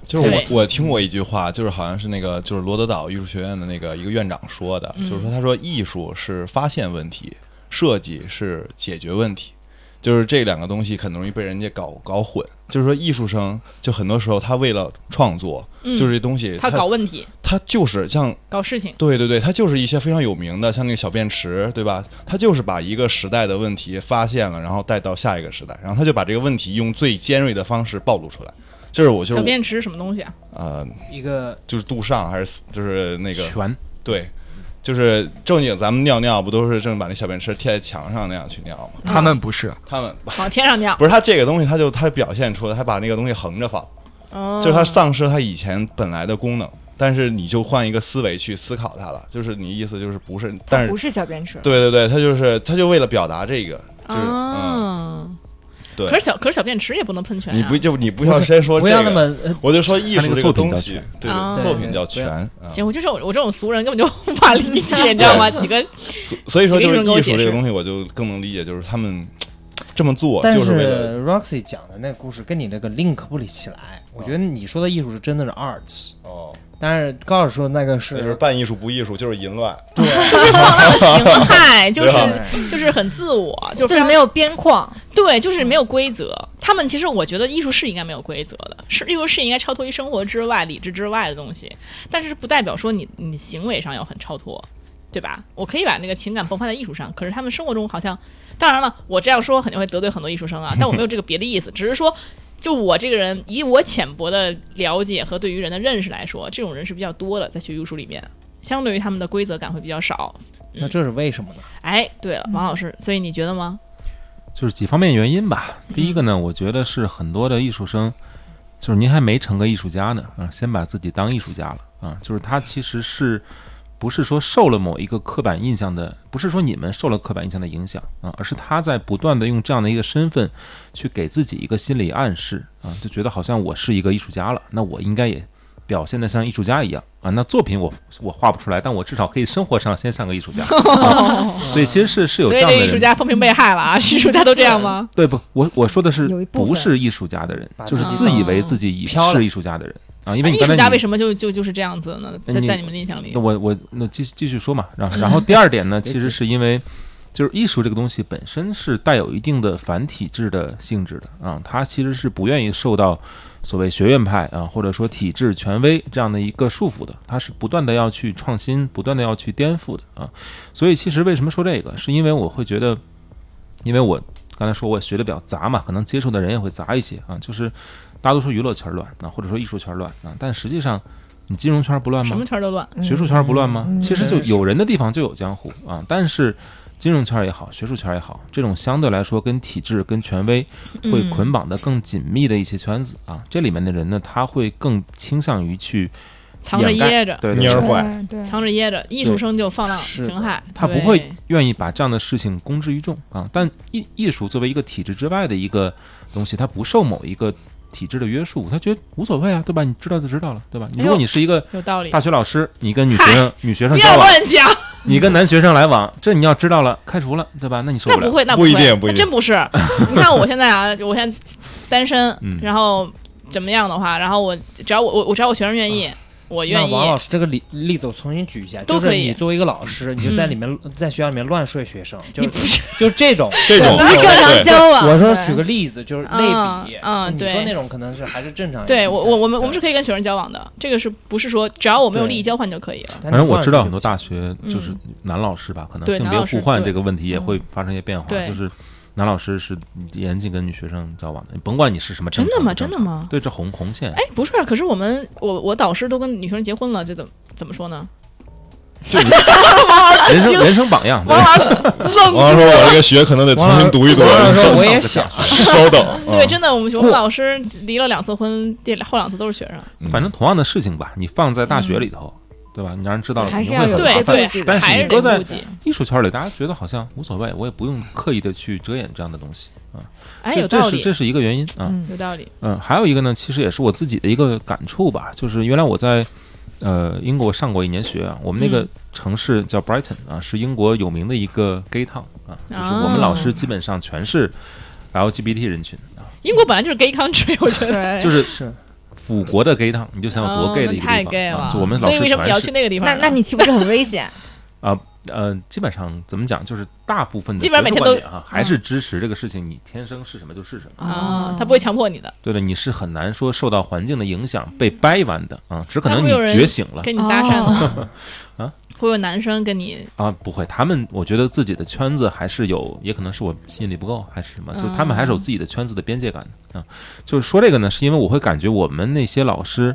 S6: 就是
S2: 对
S6: 我我听过一句话，就是好像是那个就是罗德岛艺术学院的那个一个院长说的，
S2: 嗯
S6: 就是说他说艺术是发现问题，设计是解决问题。就是这两个东西很容易被人家搞搞混，就是说艺术生就很多时候他为了创作，
S2: 嗯，
S6: 就是这东西
S2: 他搞问题，
S6: 他就是像
S2: 搞事情。
S6: 对对对，他就是一些非常有名的，像那个小便池，对吧？他就是把一个时代的问题发现了，然后带到下一个时代，然后他就把这个问题用最尖锐的方式暴露出来。就是我就
S2: 小
S6: 是
S2: 便池是什么东 西啊？
S6: 呃，
S4: 一个
S6: 就是杜尚还是就是那个
S7: 全
S6: 对，就是正经咱们尿尿不都是正把那小便池贴在墙上那样去尿吗？
S3: 他们不是，
S6: 他们
S2: 往天上尿。
S6: 不是他这个东西，他就他表现出来，他把那个东西横着放，
S2: 哦
S6: 就是它丧失了它以前本来的功能。但是你就换一个思维去思考它了，就是你意思就是不是，但
S7: 嗯
S6: 是
S5: 不是小便池。
S6: 对对对，他就是他就为了表达这个，就是、嗯，
S2: 啊。
S6: 对
S2: 可是小可是小便池也不能喷泉、啊。
S6: 你不就你不要先说
S4: 不
S6: 这个，
S4: 要那么呃
S6: 我就说艺
S7: 他那
S6: 术
S7: 个
S6: 这
S7: 作品
S6: 东
S7: 叫
S6: 西
S7: 全，
S6: 对
S2: 啊
S6: 对，作品叫
S4: 对对
S6: 全啊。
S2: 行，我就是我我这种俗人根本就无法理解，你知 道吗？几个
S6: 所所以说
S2: 请
S6: 就
S2: 艺术生
S6: 是
S2: 给我
S6: 艺
S2: 解
S6: 术这个
S2: 释
S6: 东西，我就更能理解，就是他们这么做
S4: 呃但
S6: 就是为了
S4: Roxy 讲的那个故事跟你那个 link 不理起来，我觉得你说的艺术是真的是 arts，
S6: 哦，
S4: 但是高老师说那个
S6: 那就是
S4: 是
S6: 半艺术不艺术，就是淫乱。
S2: 就是放浪的形态，就
S4: 对
S2: 是就是很自我，就
S5: 就是没
S2: 有
S5: 有边框，
S7: 嗯
S2: 对，就是没有规则。他们其实我觉得艺术是应该没有规则的，是艺术是应该超脱于生活之外、理智之外的东西，但是不代表说你你行为上要很超脱。对吧？我可以把那个情感迸发在艺术上，可是他们生活中好像，当然了，我这样说肯定会得罪很多艺术生啊，但我没有这个别的意思，只是说，就我这个人，以我浅薄的了解和对于人的认识来说，这种人是比较多的，在学艺术里面，相对于他们的规则感会比较少。
S4: 那这是为什么呢？
S2: 哎，对了，王老师，所以你觉得吗？
S7: 就是几方面原因吧。
S2: 嗯
S7: 第一个呢，我觉得是很多的艺术生，就是您还没成个艺术家呢，啊，先把自己当艺术家了啊，就是他其实是不是说受了某一个刻板印象的，不是说你们受了刻板印象的影响啊，而是他在不断的用这样的一个身份去给自己一个心理暗示啊，就觉得好像我是一个艺术家了，那我应该也。表现得像艺术家一样啊，那作品我我画不出来，但我至少可以生活上先像个艺 术家，啊、所以其实是是有
S2: 所
S7: 这
S2: 以
S7: 样
S2: 这
S7: 的
S2: 艺
S7: 人
S2: 术家风评被害了 啊！艺术家都这样吗？
S7: 对不？我我说的是
S5: 有一部分
S7: 不是艺术家的人
S4: 把，自
S7: 就是
S4: 己
S7: 自以为自己已
S4: 飘了
S7: 是艺术家的人啊，因为
S2: 哎
S7: 你
S2: 艺
S7: 刚才
S2: 术家
S7: 你
S2: 为什么就就就是这样子呢？在
S7: 你
S2: 在你们的印象里
S7: 那，我我那继续继续说嘛，然后然后第二点呢，
S4: 别
S7: 其实
S4: 急
S7: 是因为就是艺术这个东西本身是带有一定的反体制的性质的啊，它其实是不愿意受到所谓学院派啊或者说体制权威这样的一个束缚的，它是不断的要去创新，不断的要去颠覆的啊，所以其实为什么说这个，是因为我会觉得，因为我刚才说我学的比较杂嘛，可能接触的人也会杂一些啊，就是大家都说娱乐圈乱啊，或者说艺术圈乱啊，但实际上。你金融圈不乱吗？
S2: 什么圈儿都乱。
S5: 嗯
S7: 学术圈不乱吗？
S5: 嗯
S7: 其实就有人的地方就有江湖啊，但是金融圈也好，学术圈也好，这种相对来说跟体制、跟权威会
S2: 嗯
S7: 捆绑的更紧密的一些圈子啊，这里面的人呢，他会更倾向于去呃
S2: 藏着
S7: 掩盖
S2: 掖着，
S7: 对
S6: 蔫
S7: 对
S6: 儿，
S5: 对对，
S2: 藏着掖着，艺术生就放浪
S7: 是的
S2: 形骸，
S7: 他不
S2: 对
S7: 会愿意把这样的事情公之于众啊。但艺艺术作为一个体制之外的一个东西，它不受某一个体制的约束，他觉得无所谓啊，对吧？你知道就知道了，对吧？你如果你是一个
S2: 有道理
S7: 大。学啊老师，你跟女学生女学生
S2: 哎不
S7: 交
S2: 要
S7: 往，
S2: 乱讲，
S7: 你跟男学生来往，这你要知道了，开除了，对吧？那你受
S2: 那
S7: 不
S2: 不
S7: 了。
S2: 会，那
S6: 不
S2: 会，
S6: 一定不一定
S2: 真不 是。你看我现在啊，我现在单身
S7: 嗯，
S2: 然后怎么样的话，然后我只要我我我只要我学生愿意，
S7: 嗯
S2: 我
S4: 那
S2: 愿意，
S4: 王老师这个例例子我重新举一下，
S2: 都
S4: 就是
S2: 可以
S4: 你作为一个老师，你就在
S2: 嗯
S4: 里面、在学校里面乱睡学生，就
S2: 你
S4: 是
S2: 不是
S4: 就是 这种。
S6: 这
S7: 哦
S6: 种
S5: 不是正常交往。
S4: 我说
S5: 啊对
S4: 举个例子，就是类比，
S2: 嗯嗯
S4: 你
S2: 对
S4: 说那种可能是还是正常人。
S2: 对我我我们我们是
S4: 对，
S2: 可以跟学生交往的，这个是不是说只要我没有
S4: 对
S2: 利益交换就可以了？
S4: 反
S7: 反正我知道很多大学就是男老师吧，可能
S2: 对
S7: 性
S2: 男
S7: 别
S2: 老师
S7: 互换
S2: 对嗯
S7: 这个问题也会发生一些变化，
S2: 对
S7: 就是男老师是严禁跟女学生交往的，你甭管你是什么正
S2: 真
S7: 常
S2: 的吗？
S7: 不正
S2: 真的
S7: 常
S2: 吗？
S7: 对，这红红线。
S2: 哎，不是，可是我们我我导师都跟女生结婚了，这怎么怎么说呢？哎
S7: 人生人生榜 样，对
S2: 王老师
S6: 王老师说：“我这个学可能得重新读一读。”
S4: 王老师说：“我
S6: 稍
S4: 也 想，
S6: 稍等，
S7: 啊
S2: 对，真的，我们我们老师离了两次婚，第后两次都是学生。
S6: 嗯
S7: 反正同样的事情吧，你放在大学里头，对吧？你让人知道了
S5: 还
S7: 肯
S5: 是
S7: 定
S5: 要
S7: 会
S5: 有
S7: 很麻
S5: 一些
S2: 嗯对
S5: 顾
S7: 烦。
S2: 对
S5: 忌，的
S7: 呃但是
S2: 还
S7: 你
S2: 是
S7: 搁
S2: 得
S7: 在
S2: 顾忌。
S7: 艺术圈里，大家觉得好像无所谓，我也不用刻意的去遮掩这样的东西。
S2: 哎，
S7: 这
S2: 有
S7: 这
S2: 道
S7: 是
S2: 理，
S7: 这是一个原因啊。
S5: 嗯，
S2: 有道理。
S7: 嗯，还有一个呢，其实也是我自己的一个感触吧，就是原来我在呃英国上过一年学啊，我们那个
S2: 嗯
S7: 城市叫 Brighton 啊，是英国有名的一个 gay town 啊，就是我
S2: 哦
S7: 们老师基本上全是 LGBT 人群啊，
S2: 英国本来就是 gay country，我觉得。
S5: 对，
S7: 就是
S4: 是
S7: 腐国的 gay town，你就想有
S2: 哎哦
S7: 多 gay 的一个
S2: 那太
S7: 地
S2: gay
S7: 方
S2: 了
S7: 啊，，就我们老
S2: 所以
S7: 师
S2: 为什么你要
S7: 全
S2: 去
S7: 是
S2: 那个地方啊
S5: 那
S2: 呢？
S5: 那你岂不是很危险？
S7: 呃，基本上怎么讲，就是大部分的
S2: 基本上每
S7: 学术
S2: 天
S7: 观
S2: 都嗯
S7: 点啊，还是支持这个事情，你天生是什么就是什么。
S2: 啊
S5: 哦，
S2: 他不会强迫你的，
S7: 对的，你是很难说受到环境的影响被掰弯的啊，只可
S2: 但
S7: 能
S2: 会
S7: 你
S2: 有人
S7: 觉醒了。
S2: 跟你搭讪
S5: 哦
S2: 的
S7: 啊，
S2: 会有男生跟你
S7: 啊，不会，他们我觉得自己的圈子还是有，也可能是我吸引力不够，还是什么，就是他们还
S2: 嗯
S7: 是有自己的圈子的边界感的啊。就是说这个呢，是因为我会感觉我们那些老师，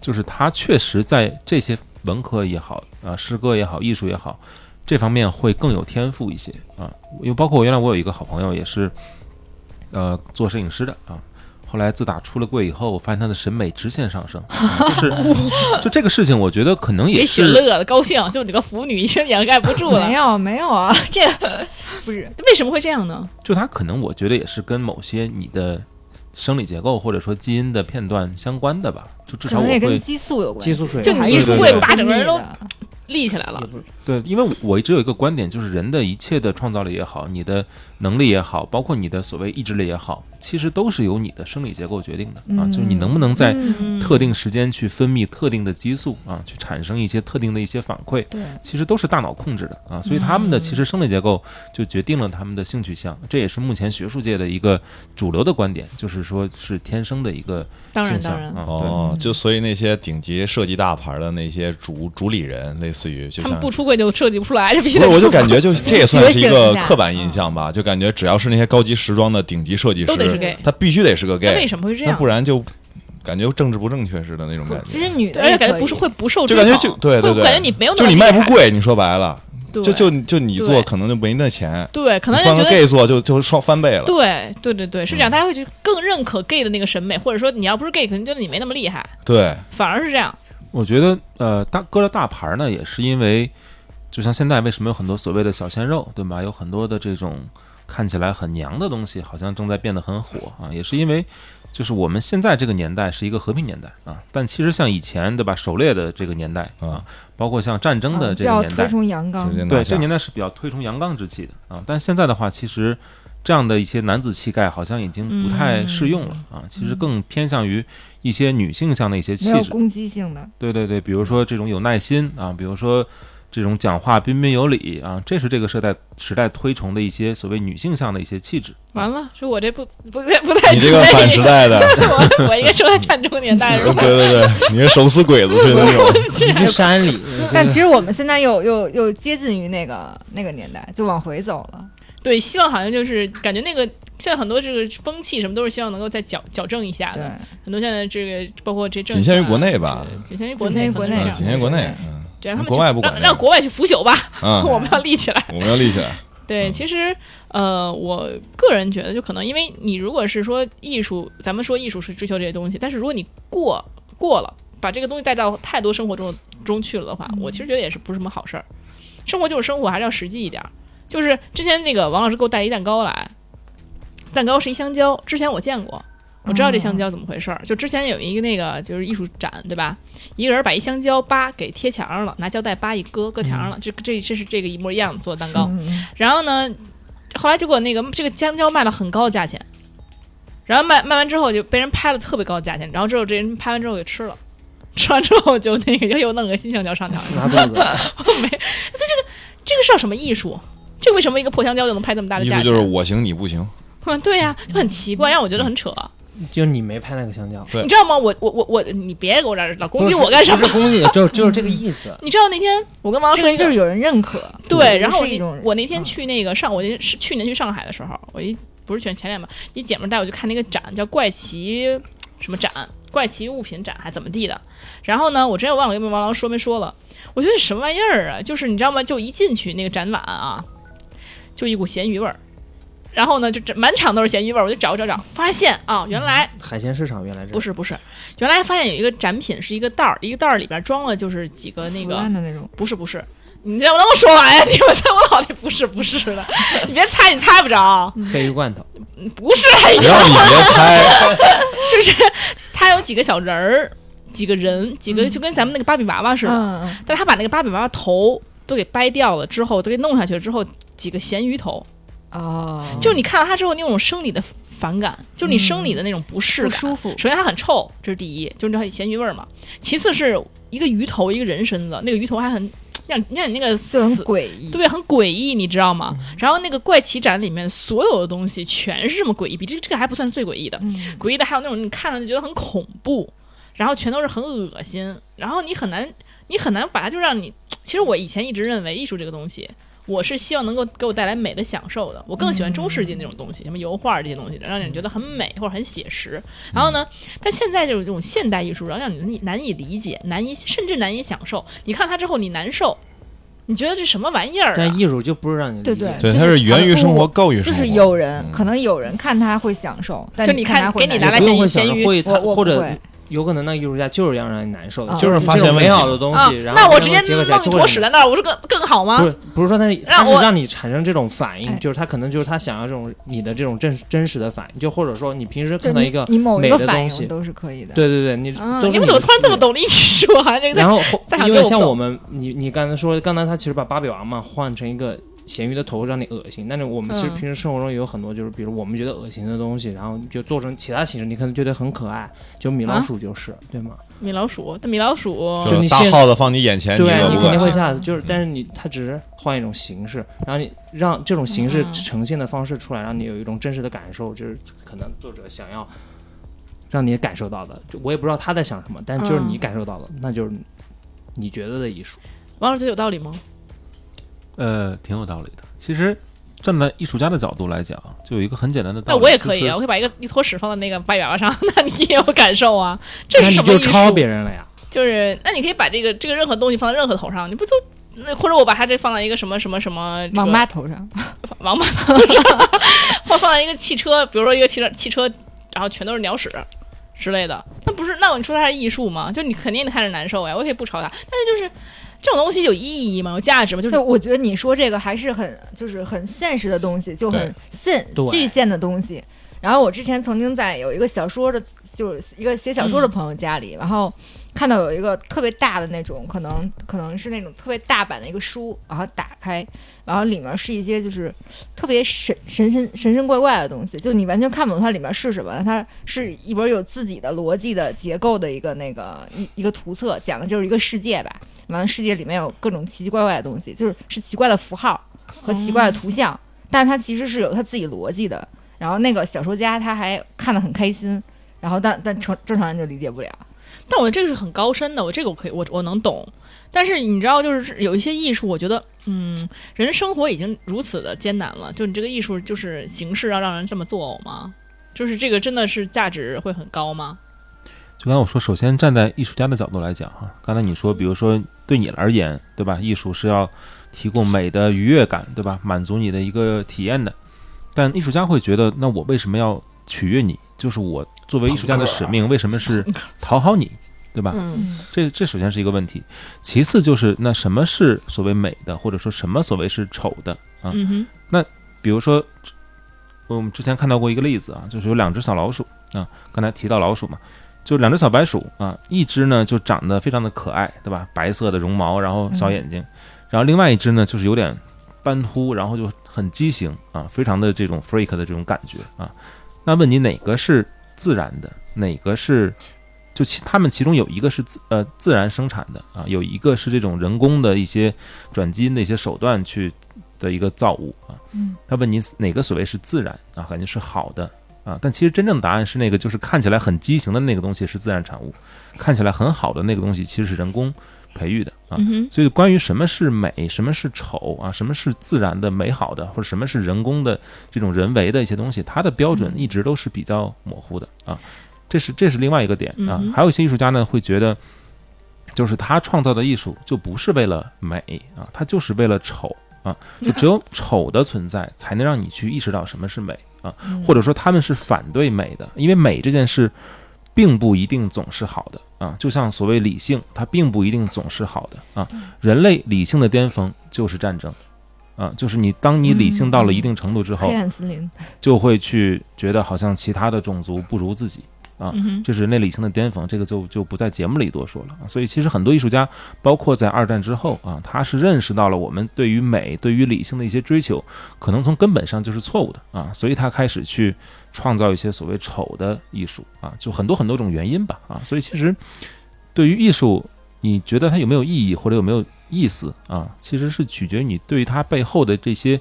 S7: 就是他确实在这些文科也好啊，诗歌也好，艺术也好，这方面会更有天赋一些啊。因为包括我原来我有一个好朋友也是，呃，做摄影师的啊。后来自打出了柜以后，我发现他的审美直线上升，啊就是 就这个事情，我觉得可能也
S2: 给
S7: 是
S2: 许乐了，高兴，就你个腐女已经掩盖不住了
S5: 没。有没有啊，这不是
S2: 为什么会这样呢？
S7: 就它可能我觉得也是跟某些你的生理结构或者说基因的片段相关的吧，就至
S5: 可
S7: 少我
S5: 能也跟
S7: 会
S5: 激素有关
S4: 激
S5: 系。
S4: 素水
S2: 就
S5: 还
S2: 你
S5: 是
S2: 一出
S7: 对
S2: 柜
S7: 对，
S2: 把整个人都
S5: 分泌的嗯
S2: 立起来了。
S7: 对，因为我一直有一个观点，就是人的一切的创造力也好，你的能力也好，包括你的所谓意志力也好，其实都是由你的生理结构决定的啊，就是你能不能在
S5: 嗯
S2: 嗯
S7: 特定时间去分泌特定的激素啊，去产生一些特定的一些反馈，
S5: 对，
S7: 其实都是大脑控制的啊，所以他们的其实生理结构就决定了他们的性取向，这也是目前学术界的一个主流的观点，就是说是天生的一个
S2: 当然
S7: 现
S2: 当
S7: 象
S2: 然，
S7: 啊。对
S6: 哦，就所以那些顶级设计大牌的那些主主理人，类似于就
S2: 他们
S6: 像
S2: 不出柜就设计不出来，这必须
S6: 不
S2: 得出
S6: 是，我就
S2: 柜
S6: 感 觉就是这也算是一
S5: 觉醒
S6: 个
S5: 一下
S6: 刻板印象吧，就感觉只要是那些高级时装的顶级设计
S2: 都得是
S6: 师，
S2: gay。
S6: 他必须得是个
S2: 那为
S6: gay，
S2: 什么会这
S6: 那
S2: 样
S6: 不？然就感觉政治不正确似的那种感
S5: 其
S6: 觉。
S5: 实女
S2: 对
S5: 的
S2: 而且
S5: 也
S2: 感觉
S5: 可
S2: 不是
S5: 以
S2: 会不受
S6: 就
S2: 追
S6: 感
S2: 捧，
S6: 觉就对对
S2: 会
S6: 对
S2: 感觉你没有哦那
S6: 就
S2: 么
S6: 你卖
S2: 厉
S6: 不
S2: 害，
S6: 贵，你说白了，
S2: 对
S6: 就就就你
S2: 对
S6: 做可能就没那钱，
S2: 对，可
S6: 你
S2: 能
S6: 换
S2: 就
S6: 个
S2: 觉得
S6: gay 做就就双翻倍了。嗯
S2: 对对对对，是这样，大家会去更认可 gay 的那个审美，或者说你要不是 gay，可能觉得你没那么厉害，
S6: 对，
S2: 反而是这样。
S7: 我觉得呃，大搁了大牌儿呢，也是因为，就像现在为什么有很多所谓的小鲜肉，对吧？有很多的这种看起来很娘的东西，好像正在变得很火啊，也是因为。就是我们现在这个年代是一个和平年代啊，但其实像以前对吧，狩猎的这个年代啊
S6: 啊，
S7: 包括像战争的
S5: 啊
S7: 这个
S5: 就要
S7: 年代
S5: 推，崇阳刚
S6: 直，接拿
S7: 对，
S6: 下
S7: 这个年代是比较推崇阳刚之气的啊，但现在的话，其实这样的一些男子气概好像已经不太适用了、啊，其实更偏向于一些女性向的一些气
S5: 没有
S7: 质。
S5: 攻击性的，
S7: 对对对，比如说这种有耐心啊，比如说这种讲话彬彬有礼啊，这是这个时代时代推崇的一些所谓女性向的一些气质。啊
S2: 完了，说我这不不太不太
S6: 嗯你这个反时代嗯的
S2: 我我应该生在战争年代是
S6: 对
S2: 吧？
S6: 对对，你是手撕鬼子去的那 种。
S4: 你去山里，
S5: 但其实我们现在又又又接近于那个那个年代，就往回走了。
S2: 对，希望好像就是感觉那个现在很多这个风气什么都是希望能够再矫矫正一下
S5: 对
S2: 的，，很多现在这个包括这政
S6: 仅限于
S2: 策啊
S6: 国内吧，
S2: 对仅限于国内，
S5: 仅限于国内啊
S2: 可能是
S6: 嗯仅
S2: 这样
S6: 限于国内
S5: 对，
S6: 嗯
S2: 对让他们
S6: 国
S2: 去
S6: 外不管
S2: 让
S6: 这个
S2: 让国外去腐朽吧，
S6: 嗯，
S2: 我们要立起来。
S6: 我们要立起来。
S2: 对，
S7: 嗯
S2: 其实呃，我个人觉得，就可能因为你如果是说艺术，咱们说艺术是追求这些东西，但是如果你过过了，把这个东西带到太多生活中中去了的话，我其实觉得也是不是什么好事儿。生活就是生活，还是要实际一点儿。就是之前那个王老师给我带一蛋糕来，蛋糕是一香蕉，之前我见过。我知道这香蕉怎么回事儿，就之前有一个那个就是艺术展，对吧？一个人把一香蕉扒给贴墙上了，拿胶带扒一搁搁墙上了，这这这是这个一模一样做蛋糕。
S5: 嗯
S2: 然后呢，后来结果那个这个香蕉卖了很高的价钱，然后卖卖完之后就被人拍了特别高的价钱，然后之后这人拍完之后给吃了，吃完之后就那个又又弄个新香蕉上墙，
S4: 拉肚子。
S2: 这个是有什么艺术？这为什么一个破香蕉就能拍这么大的
S6: 艺
S2: 价
S6: 术
S2: 钱？
S6: 就是我行你不 行，
S2: 嗯，对呀、就很奇怪，让我觉得很扯。
S4: 就你没拍那个香 蕉，
S6: 对
S2: 你知道吗？我我我我，你别给我这儿老攻击我干什
S4: 不
S2: 么？
S4: 是 攻击，就就是这个意思。
S2: 你知道那天我跟王老师
S5: 这个
S2: 一个
S5: 就是有人认可，
S2: 对，然后我
S5: 是一
S2: 那
S5: 种
S2: 我那天
S5: 嗯
S2: 去那个上，我那是去年去上海的时候，我一不是前前年吧，一姐们儿带我去看那个展，叫怪奇什么展，怪奇物品展还怎么地的。然后呢，我真的忘了跟王老师说没说了，我觉得什么玩意儿啊？就是你知道吗？就一进去那个展览啊，就一股咸鱼味儿。然后呢，就这满场都是咸鱼味儿，我就找找找，发现啊，原来
S4: 海鲜市场原来这
S2: 不是不是，原来发现有一个展品是一个袋儿，一个袋儿里边装了就是几个那
S5: 腐
S2: 个
S5: 烂的那种，
S2: 不是不是，你让我让我说完呀！你我在我脑袋不是不是 的，你别猜，你猜不着，
S5: 嗯
S4: 鲱鱼罐头，
S2: 不是，
S6: 不要你别猜，
S2: 就是它有几个小人儿，几个人，几个就跟咱们那个芭比娃娃似的，
S5: 嗯，嗯
S2: 但他把那个芭比娃娃头都给掰掉了之后，都给弄下去了之后，几个咸鱼头，
S5: 嗯哦，
S2: 就你看到它之后，你有种生理的反感，就你生理的那种不适
S5: 嗯不
S2: 感。
S5: 舒服，
S2: 首先它很臭，这是第一，就是它有咸鱼味儿嘛。其次是一个鱼头，一个人身子，那个鱼头还很让让你那个
S5: 就很
S2: 死
S5: 诡异，
S2: 对，很诡异，你知道吗？然后那个怪奇展里面所有的东西全是这么诡异，比这这个还不算是最诡异的，
S5: 嗯，
S2: 诡异的还有那种你看着就觉得很恐怖，然后全都是很恶心，然后你很难你很难把它就让你。其实我以前一直认为艺术这个东西，我是希望能够给我带来美的享受的，我更喜欢中世纪那种东
S4: 嗯
S2: 西，什么油画这些东西，让你觉得很美或者很写实。然后呢，但现在这种这种现代艺术，然后让你难以理解、难以甚至难以享受。你看它之后，你难受，你觉得这什么玩意儿、啊？
S4: 但艺术就不是让你理
S5: 对
S4: 解
S5: 对
S4: 的，
S6: 对，
S5: 就
S6: 它
S5: 是
S6: 是源于
S2: 哦
S6: 生活，高于生活，
S5: 就是有人
S6: 嗯
S5: 可能有人看他会享受，但
S2: 就你
S5: 你
S2: 看
S5: 他
S2: 给
S5: 会
S2: 你拿
S5: 难
S2: 来
S5: 受
S4: 不
S2: 咸
S4: 用
S2: 鱼
S4: 会想
S2: 咸鱼
S4: 着会他
S5: 我我
S4: 或
S5: 不
S4: 者
S5: 会
S4: 有可能那个艺术家就是要让你难受的，
S5: 啊
S4: 是
S6: 就是发现
S4: 这种
S6: 问
S4: 美
S6: 题
S4: 好的东
S2: 啊
S4: 西，，然后
S2: 那我
S4: 这
S2: 直
S4: 种
S2: 接
S4: 结合起来
S2: 弄一
S4: 就
S2: 坨
S4: 会
S2: 屎在那儿，我说更更好吗？
S4: 不是不是说他是，
S2: 让
S4: 他是
S2: 啊我
S4: 让你产生这种反应
S5: 哎，
S4: 就是他可能就是他想要这种你的这种真真实的反应，就或者说你平时
S5: 就
S4: 看到一个
S5: 你你某一
S4: 美
S5: 个
S4: 的
S5: 反
S4: 东西
S5: 应都是可以的，
S4: 对对对，你
S2: 啊，
S4: 都
S2: 你
S4: 是
S2: 们怎么突然这么懂
S4: 懂？
S2: 得艺术啊？这个在
S4: 然后
S2: 在
S4: 因为像
S2: 在
S4: 我们，你你刚才说，刚才他其实把芭比娃娃换成一个咸鱼的头，让你恶心。但是我们其实
S2: 嗯
S4: 平时生活中也有很多，就是比如我们觉得恶心的东西，然后就做成其他形式，你可能觉得很可爱，就米老
S2: 啊
S4: 鼠就是，对吗？
S2: 米老鼠，但米老鼠
S4: 就
S6: 就是
S4: 你
S6: 大
S4: 现
S6: 耗子放你眼前，你
S4: 对
S6: 饿
S4: 你
S6: 不
S4: 肯定
S6: 饿？
S4: 会吓死。就是，但是你它只是换一种形式，然后你让这种形式
S2: 嗯
S4: 呈现的方式出来，让你有一种真实的感受，就是可能作者想要让你感受到的。就我也不知道他在想什么，但就是你
S2: 嗯
S4: 感受到了，那就是你觉得的艺术。
S2: 王老师觉得有道理吗？
S7: 呃，挺有道理的。其实站在艺术家的角度来讲，就有一个很简单的道
S2: 那
S7: 理，
S2: 我也可以
S7: 就是
S2: 啊，我可以把一个一坨屎放在那个芭比娃娃上，那你也有感受啊？这
S4: 那
S2: 是
S4: 你
S2: 什么
S4: 就
S2: 艺术？
S4: 抄别人了呀？
S2: 就是，那你可以把这个这个任何东西放在任何头上，你不就那或者我把它这放在一个什么什么什么这个
S5: 往妈头上，
S2: 王八头上，或放在一个汽车，比如说一个汽车汽车，然后全都是鸟屎之类的，那不是？那你说它是艺术吗？就你肯定看着难受呀，我可以不抄它，但是就是这种东西有意义吗？有价值吗？就是
S5: 对，我觉得你说这个还是很就是很现实的东西，就很现
S4: 对
S5: 具现的东西。然后我之前曾经在有一个小说的，就是一个写小说的朋友家里，然后看到有一个特别大的那种，可能可能是那种特别大版的一个书，然后打开，然后里面是一些就是特别神神神神神怪怪的东西，就你完全看不懂它里面是什么。它是一本有自己的逻辑的结构的一个那个一一个图册，讲的就是一个世界吧。完了，世界里面有各种奇奇怪怪的东西，就是是奇怪的符号和奇怪的图像，但是它其实是有它自己逻辑的。然后那个小说家他还看得很开心，然后但但正正常人就理解不了。
S2: 但我这个是很高深的，我这个我可以，我我能懂。但是你知道，就是有一些艺术，我觉得，嗯，人生活已经如此的艰难了，就你这个艺术，就是形式要让人这么作呕吗？就是这个真的是价值会很高吗？
S7: 就刚才我说，首先站在艺术家的角度来讲哈、刚才你说，比如说对你而言，对吧？艺术是要提供美的愉悦感，对吧？满足你的一个体验的。但艺术家会觉得，那我为什么要取悦你？就是我作为艺术家的使命，为什么是讨好你，对吧？
S2: 嗯
S7: 这这首先是一个问题，其次就是那什么是所谓美的，或者说什么所谓是丑的啊？
S2: 嗯哼，
S7: 比如说，我们之前看到过一个例子啊，就是有两只小老鼠啊，刚才提到老鼠嘛，就两只小白鼠啊，一只呢就长得非常的可爱，对吧？白色的绒毛，然后小眼睛，然后另外一只呢就是有点斑秃，然后就很畸形啊，非常的这种 freak 的这种感觉啊。那问你哪个是自然的，哪个是？就其他们其中有一个是自呃自然生产的啊，有一个是这种人工的一些转基因的一些手段去的一个造物啊。他问你哪个所谓是自然啊，感觉是好的啊，但其实真正的答案是那个，就是看起来很畸形的那个东西是自然产物，看起来很好的那个东西其实是人工培育的啊。
S2: 嗯哼，
S7: 所以关于什么是美，什么是丑啊，什么是自然的美好的，或者什么是人工的这种人为的一些东西，它的标
S2: 嗯
S7: 准一直都是比较模糊的啊。这是这是另外一个点啊
S2: 嗯哼。
S7: 还有一些艺术家呢，会觉得，就是他创造的艺术就不是为了美啊，他就是为了丑啊，就
S2: 嗯
S7: 只有丑的存在才能让你去意识到什么是美啊，或者说他们是反对美的，因为美这件事。并不一定总是好的啊，就像所谓理性，它并不一定总是好的啊。人类理性的巅峰就是战争，啊，就是你当你理性到了一定程度之后
S5: 黑，暗森林，
S7: 就会去觉得好像其他的种族不如自己啊，
S2: 嗯哼，
S7: 这是人类理性的巅峰，这个就就不在节目里多说了啊。所以其实很多艺术家，包括在二战之后啊，他是认识到了我们对于美、对于理性的一些追求，可能从根本上就是错误的啊，所以他开始去创造一些所谓丑的艺术啊，就很多很多种原因吧啊。所以其实对于艺术，你觉得它有没有意义或者有没有意思啊，其实是取决于你对于它背后的这些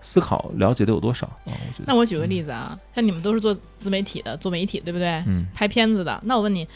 S7: 思考了解的有多少啊。我觉
S2: 那
S7: 得，
S2: 我举个例子
S4: 嗯
S2: 啊，像你们都是做自媒体的，做媒体对不对？
S7: 嗯。
S2: 拍片子的，那我问你。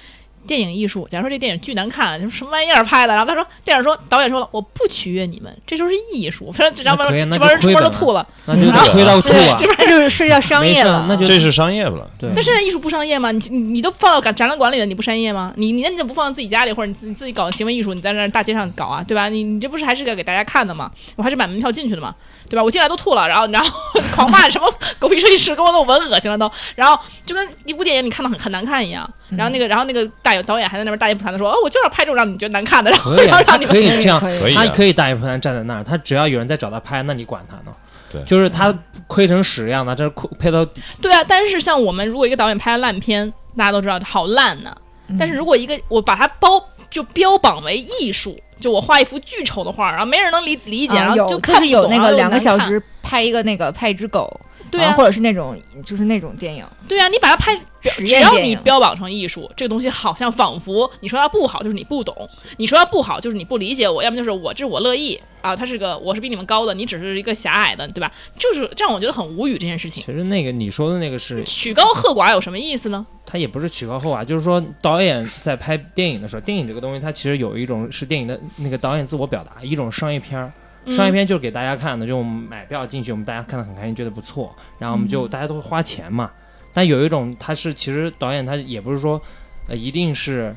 S2: 电影艺术，假如说这电影巨难看，什么玩意儿拍的？然后他说，电影说导演说了，我不取悦你们，这就是艺术。反正这帮
S4: 那可以
S2: 人
S4: 那
S2: 这
S4: 就
S2: 帮人出门
S4: 亏
S2: 都
S4: 本
S2: 吐了。
S4: 那就
S2: 嗯
S4: 得 亏到吐啊！
S5: 那就是涉及到商业了，
S4: 没事那就
S6: 这是商业了。
S4: 对，
S2: 但现在艺术不商业吗？你你你都放到展展览馆里了，你不商业吗？你你那你怎么不放到自己家里，或者你自己自己搞行为艺术，你在那儿大街上搞啊，对吧？你你这不是还是给给大家看的吗？我还是买门票进去的嘛，对吧？我进来都吐了，然后然后 狂骂什么狗屁设计师，给我弄闻恶心了都，然后就跟一部电影你看到很很难看一样，然后那个然后那个大导演还在那边大言不惭的说，哦，我就要拍这种让你觉得难看的，然后
S4: 可以
S2: 然
S4: 啊
S2: 后
S4: 他
S2: 让你们
S4: 可以这样，
S5: 可
S6: 以
S4: 他
S6: 啊
S4: 可以大言不惭站在那儿，他只要有人在找他拍，那你管他呢？
S6: 对
S4: 就是他亏成屎一样的，这是亏亏到底。
S2: 对啊，但是像我们如果一个导演拍了烂片，大家都知道好烂呢、
S5: 嗯
S2: 但是如果一个我把它包就标榜为艺术，就我画一幅巨丑的画，然后没人能理理解，
S5: 啊
S2: 然后
S5: 有
S2: 就看
S5: 是
S2: 不
S5: 有
S2: 懂
S5: 那
S2: 然后
S5: 个
S2: 又
S5: 两个
S2: 难
S5: 小
S2: 看
S5: 时拍一个那个拍一只狗，
S2: 对
S5: 啊
S2: 啊
S5: 或。者是那种就是那种电影，
S2: 对啊，你把它拍，
S5: 实
S2: 只
S5: 验
S2: 要
S5: 电
S2: 你
S5: 影
S2: 标榜成艺术，这个东西好像仿佛你说它不好就是你不懂，你说它不好就是你不理解我，要么就是我这是我乐意啊，它是个我是比你们高的，你只是一个狭隘的，对吧？就是这样，我觉得很无语这件事
S4: 其
S5: 嗯
S2: 情。
S4: 实那个你说的那个是，
S2: 曲高和寡有什么意思呢？
S4: 他也不是曲高和寡，就是说导演在拍电影的时候，电影这个东西它其实有一种是电影的那个导演自我表达，一种商业片儿。
S2: 嗯
S4: 商业片就是给大家看的，就我们买票进去，我们大家看的很开心，觉得不错，然后我们
S2: 嗯
S4: 就大家都会花钱嘛。但有一种，他是其实导演他也不是说，呃，一定是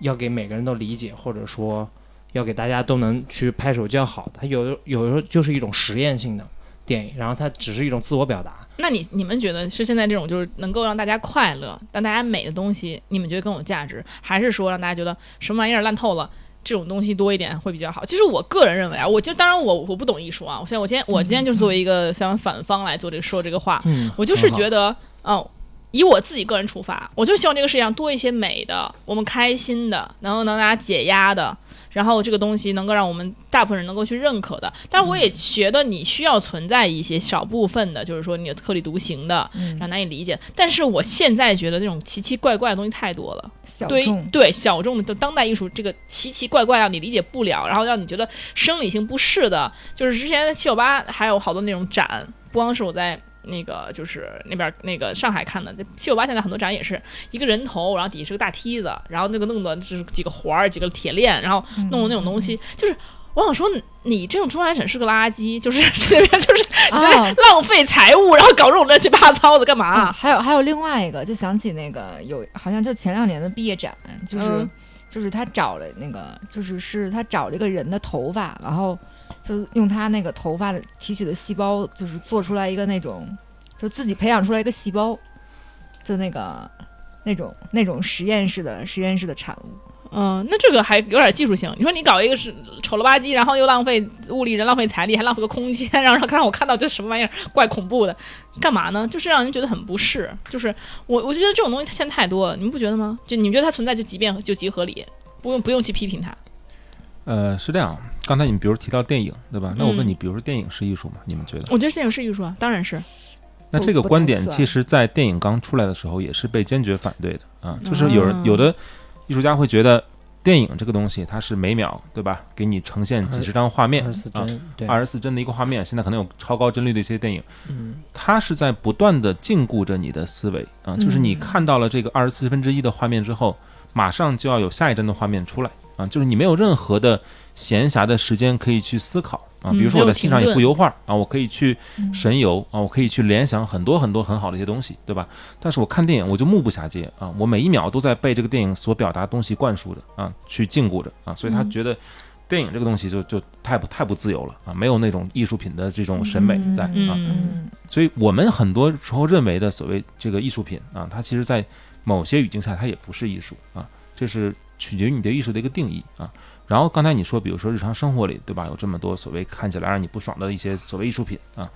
S4: 要给每个人都理解，或者说要给大家都能去拍手叫好。他有有时候就是一种实验性的电影，然后它只是一种自我表达。
S2: 那你你们觉得是现在这种就是能够让大家快乐、让大家美的东西，你们觉得更有价值，还是说让大家觉得什么玩意儿烂透了？这种东西多一点会比较好。其实我个人认为啊，我就当然我我不懂艺术啊，我现在我今天我今天就是作为一个想反方来做这个说这个话，
S4: 嗯，
S2: 我就是觉得，嗯，以我自己个人出发，我就希望这个世界上多一些美的，我们开心的，然后能大家解压的，然后这个东西能够让我们大部分人能够去认可的。但我也觉得你需要存在一些少部分的，就是说你有特立独行的，
S5: 嗯
S2: 让难以理解。但是我现在觉得这种奇奇怪怪的东西太多了。
S5: 小
S2: 对
S5: 众
S2: 对小众的当代艺术这个奇奇怪怪让你理解不了，然后让你觉得生理性不适的，就是之前七九八还有好多那种展，不光是我在。那个就是那边那个上海看的，七九八现在很多展也是一个人头，然后底
S5: 嗯
S2: 下是个大梯子，然后那个弄的就是几个环儿、几个铁链，然后弄的那种东西，就是我想说你，你这种中产审是个垃圾，就是 这边就是你在
S5: 哦
S2: 浪费财物，然后搞这种乱七八糟的干嘛？啊
S5: 啊还有还有另外一个，就想起那个有，好像就前两年的毕业展，就是、
S2: 嗯
S5: 就是他找了那个，就是是他找了一个人的头发，然后就是用他那个头发的提取的细胞，就是做出来一个那种，就自己培养出来一个细胞，就那个那种那种实验室的实验室的产物。
S2: 嗯，那这个还有点技术性。你说你搞一个是丑了吧唧，然后又浪费物力，人浪费财力，还浪费个空间，然后让让我看到这什么玩意儿，怪恐怖的，干嘛呢？ 就是让人觉得很不适。就是我，我觉得这种东西它现在太多了，你们不觉得吗？就你们觉得它存在就即便就极合理，不用不用去批评它。
S7: 呃，是这样，刚才你们比如提到电影，对吧？那我问
S2: 嗯
S7: 你，比如说电影是艺术吗？你们觉得？
S2: 我觉得这影是艺术啊，当然是。
S7: 那
S5: 不
S7: 这个
S5: 哎不
S7: 观
S5: 太
S7: 点
S5: 算
S7: 其实，在电影刚出来的时候，也是被坚决反对的啊。就是有
S5: 嗯
S7: 人
S2: 啊
S7: 有的艺术家会觉得，电影这个东西它是每秒，对吧？给你呈现几十张画面
S4: 二十四
S7: 啊，
S4: 帧，对，
S7: 二十四帧的一个画面，现在可能有超高帧率的一些电影，
S4: 嗯
S7: 它是在不断的禁锢着你的思维
S2: 嗯
S7: 啊。就是你看到了这个二十四分之一的画面之后，马上就要有下一帧的画面出来啊，就是你没有任何的闲暇的时间可以去思考啊。
S2: 嗯
S7: 比如说
S2: 没有
S7: 我在欣赏一
S2: 停
S7: 幅
S2: 顿嗯
S7: 油画啊，我可以去神游啊，我可以去联想很多很多很好的一些东西，对吧？但是我看电影我就目不暇接啊，我每一秒都在被这个电影所表达的东西灌输着啊，去禁锢着啊，所以他觉得电影这个东西就就太不太不自由了啊，没有那种艺术品的这种审美在啊。
S2: 嗯，
S7: 所以我们很多时候认为的所谓这个艺术品啊，它其实在某些语境下它也不是艺术啊，这是取决于你对艺术的一个定义啊。然后刚才你说，比如说日常生活里，对吧？有这么多所谓看起来让你不爽的一些所谓艺术品啊，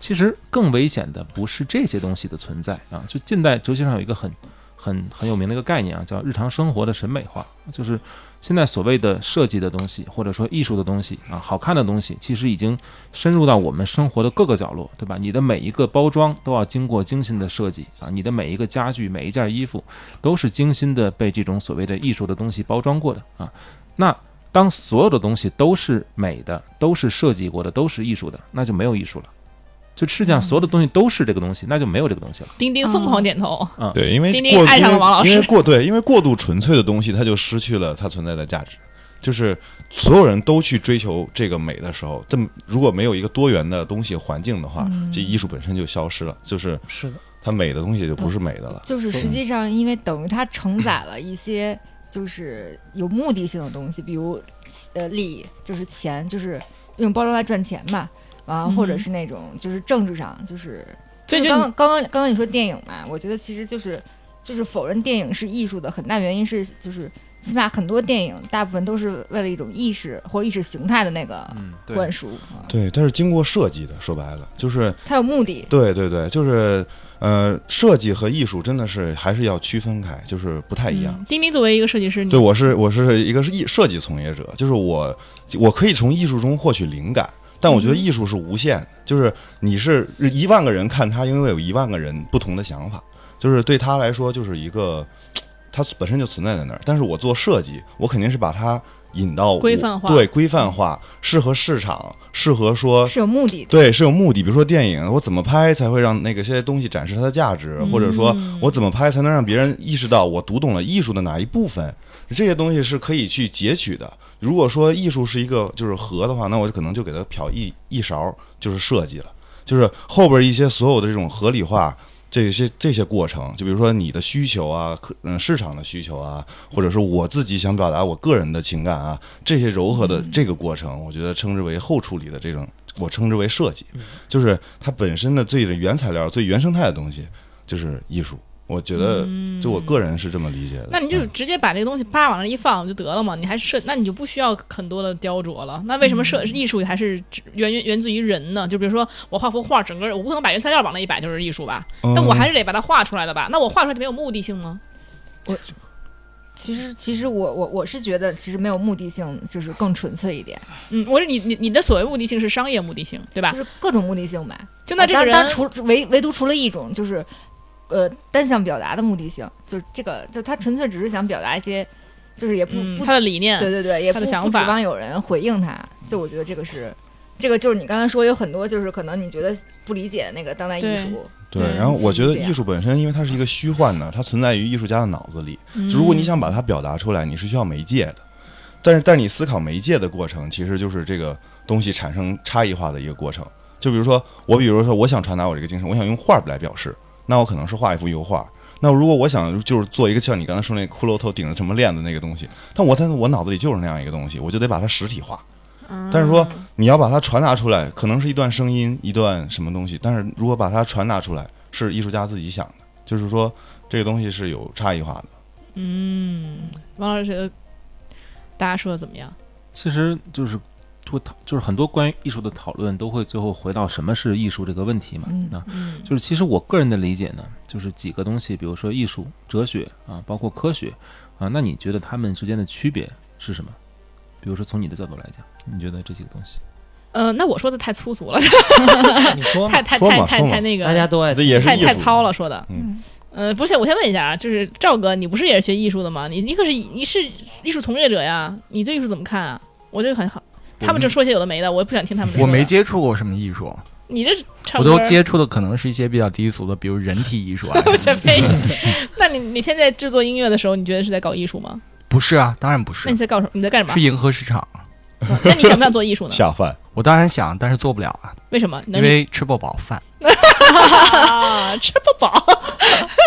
S7: 其实更危险的不是这些东西的存在啊。就近代哲学上有一个很很很有名的一个概念啊，叫日常生活的审美化，就是现在所谓的设计的东西，或者说艺术的东西啊，好看的东西，其实已经深入到我们生活的各个角落，对吧？你的每一个包装都要经过精心的设计啊，你的每一个家具、每一件衣服都是精心的被这种所谓的艺术的东西包装过的啊。那当所有的东西都是美的，都是设计过的，都是艺术的，那就没有艺术了。就世界上所有的东西都是这个东西，那就没有这个东西了。
S2: 丁丁疯狂点头。
S4: 啊
S6: 对，因为
S2: 丁丁
S6: 过
S2: 爱上了王老师
S6: 因为因为过对，因为过度纯粹的东西，它就失去了它存在的价值。就是所有人都去追求这个美的时候，这么如果没有一个多元的东西环境的话，
S2: 嗯
S6: 这艺术本身就消失了，就是
S4: 是的，
S6: 它美的东西就不是美的了。
S5: 就是实际上，因为等于它承载了一些就是有目的性的东西，比如呃利益，就是钱，就是用包装来赚钱嘛，啊，
S2: 嗯
S5: 或者是那种就是政治上，就是
S2: 所以
S5: 就
S2: 就
S5: 刚刚刚刚刚刚你说电影嘛，我觉得其实就是就是否认电影是艺术的很大原因是就是。起码很多电影大部分都是为了一种意识或者意识形态的那个
S7: 嗯，
S5: 灌输，啊
S6: 对，它是经过设计的，说白了就是
S5: 它有目的。
S6: 对对对，就是呃，设计和艺术真的是还是要区分开，就是不太一样。
S2: 嗯丁丁作为一个设计师，你
S6: 对，我是我是一个是艺设计从业者，就是我我可以从艺术中获取灵感，
S2: 嗯
S6: 但我觉得艺术是无限的，就是你是一万个人看它，因为有一万个人不同的想法，就是对他来说就是一个它本身就存在在那儿。但是我做设计，我肯定是把它引到我
S2: 规范化
S6: 对规范化，适合市场，适合说
S5: 是有目的的，
S6: 对，是有目的。比如说电影，我怎么拍才会让那个些东西展示它的价值，或者说我怎么拍才能让别人意识到我读懂了艺术的哪一部分？这些东西是可以去截取的。如果说艺术是一个就是河的话，那我就可能就给它漂一一勺，就是设计了。就是后边一些所有的这种合理化，这些这些过程，就比如说你的需求啊，可嗯市场的需求啊，或者是我自己想表达我个人的情感啊，这些柔和的
S2: 嗯
S6: 这个过程，我觉得称之为后处理的这种，我称之为设计，
S2: 嗯
S6: 就是它本身的最原材料、最原生态的东西，就是艺术。我觉得，就我个人是这么理解的。
S2: 嗯那你就
S6: 嗯
S2: 直接把这个东西啪往那一放就得了嘛，你还设，那你就不需要很多的雕琢了。那为什么设艺术还是只源源源自于人呢？就比如说我画幅画，整个我不可能把原材料往那一摆就是艺术吧？
S6: 嗯
S2: 那我还是得把它画出来的吧？那我画出来就没有目的性吗？
S5: 其实其实我我我是觉得其实没有目的性，就是更纯粹一点，
S2: 嗯，我说你你你的所谓目的性是商业目的性，对吧
S5: 就？是各种目的性吧。
S2: 就那这个
S5: 当
S2: 人
S5: 当除唯唯独除了一种就是，呃，单向表达的目的性，就是这个，就他纯粹只是想表达一些，就是也不、
S2: 嗯，
S5: 不
S2: 他的理念，
S5: 对对对，也
S2: 他
S5: 不
S2: 的想
S5: 不
S2: 法
S5: 指望有人回应他。就我觉得这个是，这个就是你刚才说有很多就是可能你觉得不理解的那个当代艺
S2: 对
S5: 术，
S6: 嗯对，
S2: 对
S6: 然后我
S5: 其
S6: 觉
S5: 实
S6: 得
S5: 这样
S6: 艺术本身，因为它是一个
S2: 嗯
S6: 虚幻的，它存在于艺术家的脑子里。就如果你想把它表达出来，你是需要媒介的。但是，但是你思考媒介的过程，其实就是这个东西产生差异化的一个过程。就比如说，我比如说，我想传达我这个精神，我想用画儿来表示，那我可能是画一幅油画。那如果我想就是做一个像你刚才说那骷髅头顶着什么链子那个东西，但我在我脑子里就是那样一个东西，我就得把它实体化。
S2: 嗯
S6: 但是说你要把它传达出来，可能是一段声音，一段什么东西。但是如果把它传达出来，是艺术家自己想的，就是说这个东西是有差异化的。
S2: 嗯，王老师觉得大家说的怎么样？
S7: 其实就是就讨就是很多关于艺术的讨论都会最后回到什么是艺术这个问题嘛。
S5: 嗯
S7: 啊，
S2: 嗯
S7: 就是其实我个人的理解呢，就是几个东西，比如说艺术、哲学啊，包括科学啊，那你觉得它们之间的区别是什么？比如说从你的角度来讲，你觉得这几个东西？
S2: 呃，那我说的太粗俗了，
S4: 你说嘛，
S2: 太太
S6: 说
S2: 太
S6: 嘛
S2: 太
S6: 说嘛
S2: 太那个，
S4: 大家都爱
S6: 这也是
S2: 太
S6: 艺术
S2: 太糙了说的。
S6: 嗯
S2: 呃，不是，我先问一下啊，就是赵哥，你不是也是学艺术的吗？你你可是你是艺术从业者呀，你对艺术怎么看啊？我这个很好，他们这说些有的没的，我也不想听他们说的。
S3: 我没接触过什么艺术，
S2: 你这唱
S3: 我
S2: 歌
S3: 都接触的可能是一些比较低俗的，比如人体艺术啊。
S2: 我 在呸！ 那你你现在制作音乐的时候，你觉得是在搞艺术吗？
S3: 不是啊，当然不
S2: 那
S3: 是
S2: 你，在搞什么？你在干什
S3: 是
S2: 么？啊
S3: 迎合市场。
S2: 那你想不想做艺 术呢？
S6: 下饭。
S3: 我当然想，但是做不了啊，
S2: 为什么？能
S3: 因为吃不饱饭。
S2: 啊，吃不饱，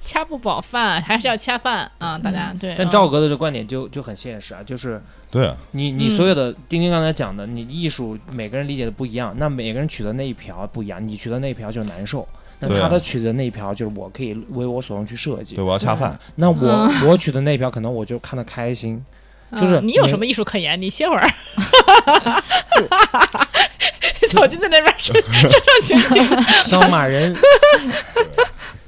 S2: 掐不饱饭，还是要掐饭啊！大家对，
S4: 但
S2: 嗯
S4: 赵哥的这观点就就很现实啊，就是
S6: 对啊，
S4: 你
S2: 嗯
S4: 你所有的丁丁刚才讲的，你艺术每个人理解的不一样，那每个人取的那一瓢不一样，你取的那一瓢就是难受，那
S6: 对啊
S4: 他的取的那一瓢就是我可以为我所用去设计
S6: 对，，我要恰饭。
S4: 那我我取的那一瓢可能我就看得开心，
S2: 嗯
S4: 就是
S2: 你有
S4: 你
S2: 什么艺术可言？你歇会儿。 小金在那边身身上 情景，
S4: 小马人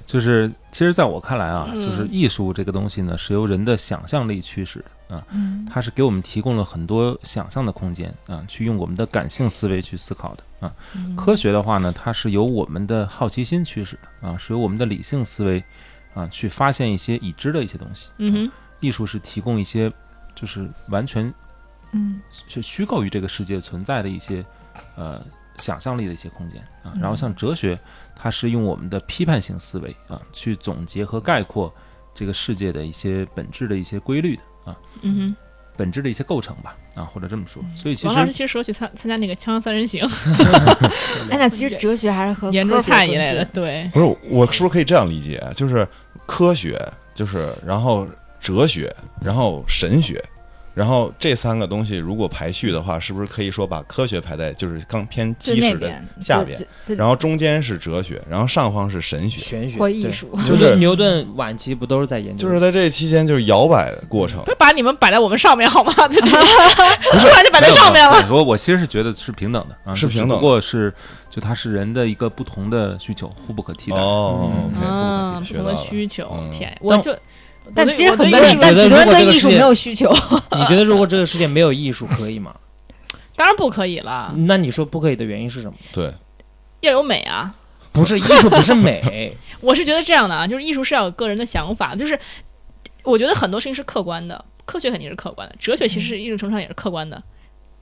S7: 就是其实在我看来啊，
S2: 嗯
S7: 就是艺术这个东西呢，是由人的想象力驱使的啊，
S5: 嗯
S7: 它是给我们提供了很多想象的空间啊，去用我们的感性思维去思考的啊。
S2: 嗯
S7: 科学的话呢，它是由我们的好奇心驱使的啊，是由我们的理性思维啊去发现一些已知的一些东西。
S2: 嗯哼，
S7: 艺术是提供一些就是完全
S5: 嗯
S7: 是虚构于这个世界存在的一些呃想象力的一些空间啊。
S5: 嗯
S7: 然后像哲学，它是用我们的批判性思维啊去总结和概括这个世界的一些本质的一些规律的啊，
S2: 嗯
S7: 本质的一些构成吧啊，或者这么说。所以
S2: 哼。
S7: 其
S2: 王老师
S7: 实
S2: 其实说去参参加那个《锵锵三人行》
S5: 哎，那其实哲学还是和
S2: 圆
S5: 科
S2: 桌
S5: 学
S2: 派
S5: 有
S2: 一类的，
S5: 关系，
S2: 对，
S6: 不是，我是不是可以这样理解？就是科学，就是然后哲学，然后神学，然后这三个东西如果排序的话，是不是可以说把科学排在就是更偏
S5: 就
S6: 基
S5: 那
S6: 石的
S5: 边
S6: 下
S5: 就
S6: 边，
S5: 就
S6: 然后中间是哲学，然后上方是神学，
S4: 玄学
S5: 或艺
S4: 对
S5: 术，
S6: 就是
S4: 牛顿晚期不都是在研究
S6: 就是在这期间就是摇摆的过程
S2: 不。是把你们摆在我们上面 好吗？ 突然就摆在上面了。
S7: 没有。没有我我其实是觉得是平等的啊，
S6: 是
S7: 就只
S6: 平等
S7: 不过是就它是人的一个不同的需求，互不可替代。
S6: 哦
S7: 嗯
S6: ，OK，
S2: 嗯，不
S6: 学
S2: 同
S6: 到
S2: 的
S6: 了
S2: 需求，
S6: 嗯
S2: 天，我就。
S5: 但
S2: 我对
S5: 其实
S2: 我对
S5: 很
S2: 艺
S5: 多
S2: 术
S5: 人，
S4: 觉
S5: 但
S4: 得
S5: 很多人
S4: 如果这
S5: 对
S4: 个
S5: 艺术
S4: 世
S5: 没
S4: 界
S5: 有需求。
S4: 你觉得如果这个世界没有艺术可以吗？
S2: 当然不可以了，
S4: 那你说不可以的原因是什么？
S6: 对，
S2: 要有美啊！
S4: 不是艺术不是美，
S2: 我是觉得这样的啊，就是艺术是要有个人的想法，就是我觉得很多事情是客观的，科学肯定是客观的，哲学其实
S5: 嗯
S2: 一种程度上也是客观的。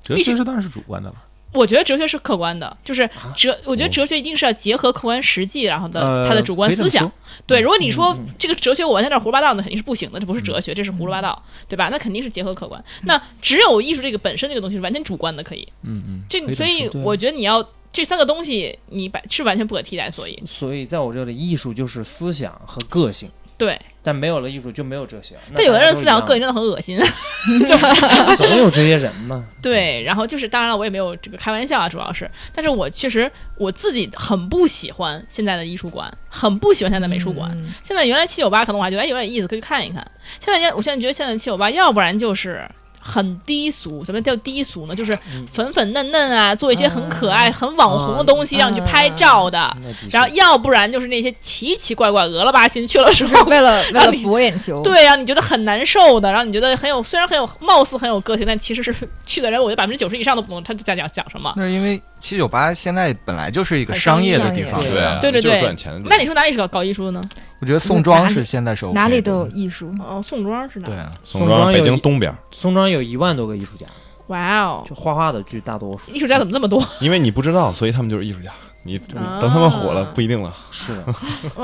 S7: 哲
S2: 必须
S7: 学是当然是主观的了。
S2: 我觉得哲学是客观的，就是哲，我觉得
S6: 哦
S2: 哲学一定是要结合客观实际，然后的、
S7: 呃，
S2: 他的主观
S7: 可以这
S2: 思
S7: 么
S2: 想
S7: 说。。
S2: 对，如果你说
S4: 嗯嗯
S2: 这个哲学我完全在那儿胡说八道，那肯定是不行的，这不是哲学，这是胡说八道，对吧？那肯定是结合客观。那只有艺术这个本身这个东西是完全主观的，可以。
S7: 嗯嗯，
S2: 这
S7: 可以
S2: 所
S7: 这么
S2: 以
S7: 说
S2: 我觉得你要这三个东西，你把是完全不可替代，所 以
S4: 所以在我这里，艺术就是思想和个性，
S2: 对。
S4: 但没有了艺术就没有哲学。那
S2: 但有的
S4: 大家
S2: 人
S4: 都
S2: 思想
S4: 一
S2: 和
S4: 样
S2: 个性真的很恶心，
S4: 总有这些人嘛。
S2: 对。然后就是，当然了，我也没有这个开玩笑啊，主要是，但是我确实我自己很不喜欢现在的艺术馆，很不喜欢现在的美术馆。现在原来七九八可能我还觉得哎有点意思，可以去看一看。现在我现在觉得现在七九八，要不然就是。很低俗，怎么叫低俗呢？就是
S4: 嗯
S2: 粉粉嫩嫩啊，做一些很可
S7: 嗯
S2: 爱、很网红的东西，让你去拍照
S7: 哦
S2: 的。
S4: 那的确
S2: 然后要不然就是那些奇奇怪怪、鹅了吧心去了之
S5: 就是
S2: 后，
S5: 为了为
S2: 让
S5: 了
S2: 你
S5: 博眼球，
S2: 对呀、啊，你觉得很难受的，然后你觉得很有，虽然很有貌似很有个性，但其实是去的人，我觉得百分之九十以上都不懂他在讲讲什么。
S3: 那是因为七九八现在本来就是一个商业的地方
S5: 很，
S6: 对啊
S2: 对对
S6: 就是
S2: 对
S6: 赚钱的地
S7: 嗯
S6: 方。
S2: 那你说哪里是搞搞艺术的呢？
S3: 我觉得宋庄是现在是 OK 的
S5: 哪里都有艺术。
S2: 哦，宋庄是哪？
S3: 对啊，
S6: 宋庄北
S4: 有
S6: 京
S4: 一
S6: 东边，
S4: 宋庄有一万多个艺术家，
S2: 哇哦，
S4: 就画画的居大多数。
S2: 艺术家怎么这么多？
S6: 因为你不知道，所以他们就是艺术家。你
S2: 啊
S6: 等他们火了不一定了。
S4: 是 的，
S2: 不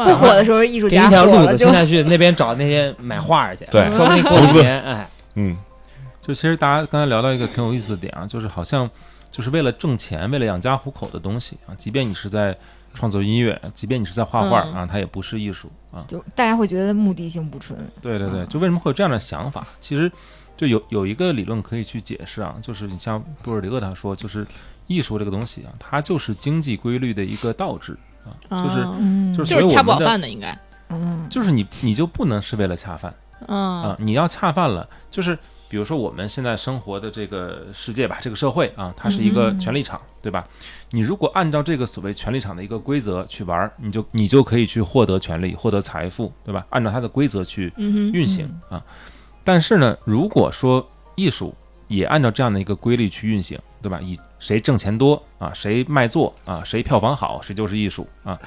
S5: 不火的时候是艺术
S4: 给你
S5: 家，
S4: 一条
S5: 火
S4: 路
S5: 了
S4: 子，
S5: 就
S4: 现在去那边找那些买画儿去，
S6: 对
S4: 说不定过
S6: 投
S4: 几
S6: 资
S4: 年，哎，
S6: 嗯，
S7: 就其实大家刚才聊到一个挺有意思的点啊，就是好像就是为了挣钱、为了养家糊口的东西啊，即便你是在创作音乐，即便你是在画画
S2: 嗯
S7: 啊，它也不是艺术啊。
S5: 就大家会觉得目的性不纯。
S7: 对对对
S5: 嗯，
S7: 就为什么会有这样的想法？其实就有有一个理论可以去解释啊，就是你像布尔迪厄他说，就是艺术这个东西啊，它就是经济规律的一个倒置啊，就是
S2: 哦
S5: 嗯
S7: 就是所
S2: 就
S7: 以
S2: 是
S7: 我
S2: 恰不
S7: 们
S2: 饱
S7: 的
S2: 饭的应该，
S5: 嗯，
S7: 就是你你就不能是为了恰饭。啊
S2: 嗯，
S7: 你要恰饭了，就是比如说我们现在生活的这个世界吧，这个社会啊，它是一个
S5: 嗯
S7: 权力场，对吧？你如果按照这个所谓权力场的一个规则去玩儿，你就你就可以去获得权利、获得财富，对吧？按照它的规则去
S2: 嗯哼，
S7: 运行啊。但是呢，如果说艺术也按照这样的一个规律去运行，对吧？以谁挣钱多啊，谁卖座啊，谁票房好，谁就是艺术啊。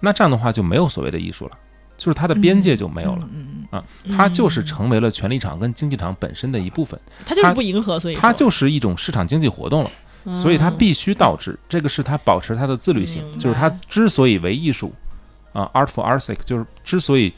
S7: 那这样的话就没有所谓的艺术了，就是它的边界就没有了。
S5: 嗯，
S7: 它就是成为了权力场跟经济场本身的一部分，
S2: 他嗯就是
S7: 它
S2: 不迎合，所以
S7: 它
S2: 说嗯
S7: 就是一种市场经济活动了，所以它必须导致这个是它保持它的自律性
S2: 明白，
S7: 就是它之所以为艺术啊，art for art's sake，就是之所以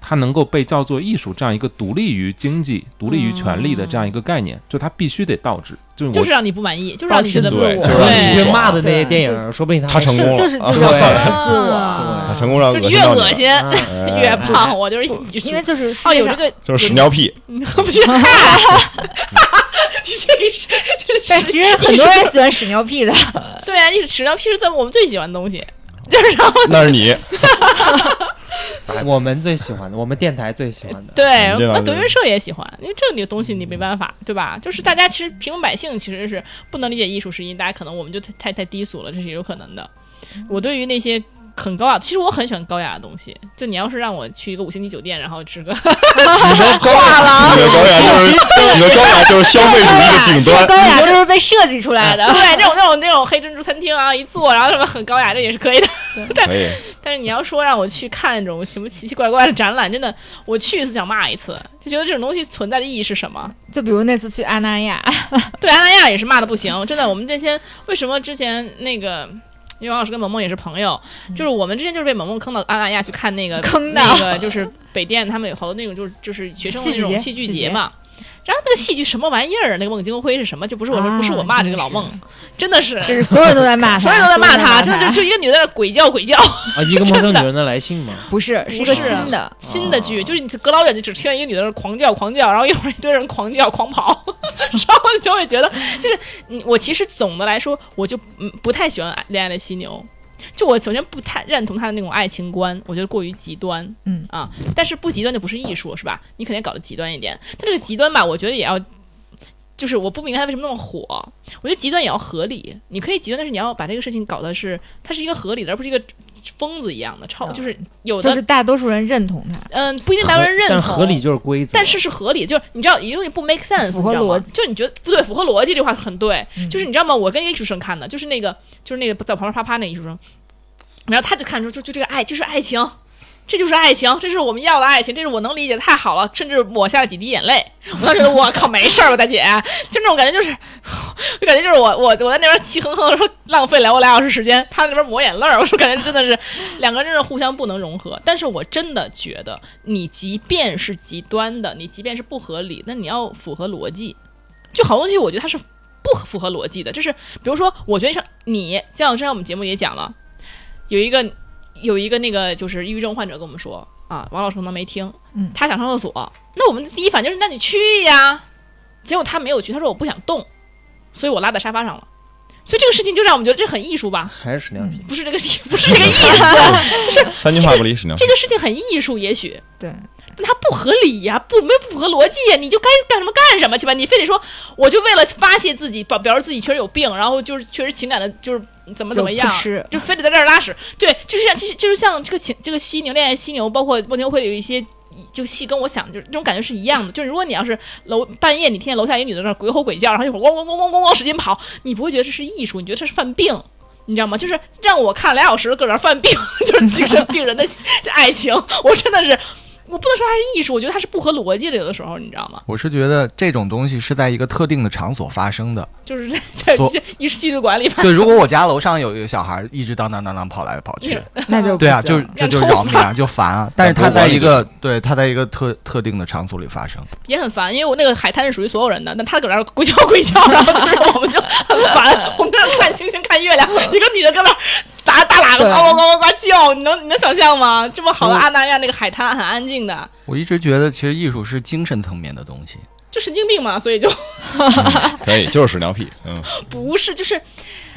S7: 它能够被叫做艺术这样一个独立于经济、独立于权力的这样一个概念，就它必须得倒置，就是
S2: 就
S7: 我
S2: 是让你不满意，就是让你觉得
S5: 保
S2: 不
S5: 持
S6: 对
S5: 自我
S6: 就是让你
S4: 你去
S6: 爽
S4: 骂的那些
S5: 对
S4: 电影，说不定
S6: 他成
S5: 是
S6: 功了
S5: 就是就是
S6: 啊
S5: 要
S4: 对
S5: 保持自我，
S2: 啊
S6: 他成功让
S2: 就
S6: 恶
S2: 你
S6: 心
S2: 越
S6: 到你
S2: 恶
S6: 了
S2: 心
S4: 嗯
S6: 哎
S2: 越胖，我就是艺术
S5: 因为就是世
S2: 哦，
S5: 界
S2: 有这
S5: 上，
S2: 个
S6: 就是屎尿屁，
S2: 不 是，这是
S5: 但其实很多人喜欢屎尿 屁的，
S2: 对啊，你屎尿屁是在我们最喜欢的东西，就是然后
S6: 那是你。
S4: 我们最喜欢的，我们电台最喜欢的，
S2: 对，
S6: 嗯对嗯吧
S2: 那德云社也喜欢，因为这个东西你没办法，对吧？就是大家其实平民百姓其实是不能理解艺术，是因为大家可能我们就太太太低俗了，这是有可能的。
S6: 嗯
S2: 我对于那些。很高雅，其实我很喜欢高雅的东西。就你要是让我去一个五星级酒店，然后 吃个，
S4: 你说高
S6: 你的高雅就是你的高雅就是消费主义的顶端
S5: 啊这个。高雅就是被设计出来的。
S2: 对，那种那种那种黑珍珠餐厅啊，一坐，然后什么很高雅，这也是可以的。
S6: 可以，
S2: 但是你要说让我去看那种什么奇奇怪怪的展览，真的，我去一次想骂一次，就觉得这种东西存在的意义是什么？
S5: 就比如那次去阿那亚，
S2: 对阿那亚也是骂的不行，真的。我们这些为什么之前那个？因为王老师跟萌萌也是朋友，就是我们之前就是被萌萌坑到阿那亚去看 那个
S5: 坑到
S2: 那个，就是北电他们有好多那种就是就是学生的那种戏
S5: 戏剧
S2: 剧
S5: 节
S2: 节嘛。然后那个戏剧什么玩意儿？那个孟京辉是什么？就不是我说、
S5: 啊
S2: 不是我骂这个老孟，真的 是
S5: 就是所有人都在骂他，
S2: 所有人都在骂他，
S5: 所
S2: 真
S5: 有人
S2: 的就
S5: 都在骂他
S2: 就一个女的在那鬼叫鬼叫。
S4: 啊，一个陌生女人的来信嘛，
S5: 不是是一个
S2: 不是啊
S5: 新的，
S2: 新的
S5: 哦
S2: 剧，就是你隔老远就只听到一个女的在那狂叫狂叫，然后一会儿一堆人狂叫狂跑， 然后你就会觉得，就是嗯我其实总的来说，我就嗯不太喜欢《恋爱的犀牛》。就我首先不太认同他的那种爱情观，我觉得过于极端，
S5: 嗯
S2: 啊，但是不极端就不是艺术，是吧？你肯定搞得极端一点，但这个极端吧，我觉得也要，就是我不明白他为什么那么火，我觉得极端也要合理，你可以极端，但是你要把这个事情搞的是它是一个合理的，而不是一个疯子一样的超，
S5: 嗯
S2: 就是有的
S5: 就是大多数人认同他，
S2: 嗯，不一定大
S4: 合
S2: 家人认
S4: 但
S2: 同，
S4: 合理，就是规则。
S2: 但是是合理，就是你知道，一个东西不 make sense，
S5: 符合
S2: 你知道吗
S5: 逻辑
S2: 就你觉得不对，符合逻辑这话很对，
S5: 嗯
S2: 就是你知道吗？我跟一个艺术生看的，就是那个就是那个在我旁边啪啪那个艺术生，然后他就看出就就这个爱，这是爱情。这就是爱情，这是我们要的爱情，这是我能理解的，太好了，甚至抹下了几滴眼泪。我当时觉得，我靠，没事儿吧，大姐，就那种感觉，就是，就感觉就是我我我在那边气哼哼地说浪费了我俩小时时间，他那边抹眼泪儿，我说感觉真的是两个人真是互相不能融合。但是我真的觉得，你即便是极端的，你即便是不合理，那你要符合逻辑。就好东西，我觉得它是不符合逻辑的。就是比如说，我觉得像你，像之前我们节目也讲了，有一个有一个那个就是抑郁症患者跟我们说啊，王老师可能没听，
S5: 嗯
S2: 他想上厕所，那我们第一反应就是那你去呀，结果他没有去，他说我不想动，所以我拉在沙发上了。所以这个事情就让我们觉得这很艺术吧，
S4: 还是屎尿屁。
S2: 不是这个事情，不是这个意思，
S6: 嗯三句话不离屎尿屁
S2: 这。个事情很艺术，也许，
S5: 对，
S2: 但它不合理呀、不没有不符合逻辑呀、你就该干什么干什么去吧，你非得说我就为了发泄自己，表表示自己确实有病，然后就是确实情感的，就是怎么怎么样
S5: 就不，吃
S2: 就非得在这儿拉屎。对，就是像其实就是像这个情这个犀牛恋爱犀牛，包括蜗牛会有一些。这个戏跟我想的就是这种感觉是一样的，就是如果你要是楼半夜你听见楼下一女的在那儿鬼吼鬼叫，然后一会儿汪汪汪汪汪汪使劲跑，你不会觉得这是艺术，你觉得这是犯病，你知道吗？就是 让我看俩小时搁那儿犯病，就是精神病人的爱情，我真的是我不能说它是艺术，我觉得它是不合逻辑的，有的时候你知道吗？
S3: 我是觉得这种东西是在一个特定的场所发生的。
S2: 就是在在
S3: 所
S2: 这艺术纪律馆里吧，
S3: 对，如果我家楼上有一个小孩一直当当当当跑来跑去，
S5: 那就
S3: 对啊，
S5: 不行
S3: 就这就扰民啊，就烦 啊。但是他在一个对他在一个特特定的场所里发生，
S2: 也很烦，因为我那个海滩是属于所有人的，但他搁那儿鬼叫 鬼叫，然后就是我们就很烦，我们在那儿看星星看月亮，一个女的搁那儿打大喇叭
S5: 对
S2: 呱呱呱呱呱叫，你能你能想象吗？这么好的阿那亚那个海滩很安静的，
S3: 我一直觉得其实艺术是精神层面的东西。
S2: 就神经病嘛，所以就
S6: 可以，就是屎尿屁，嗯，
S2: 不是就是，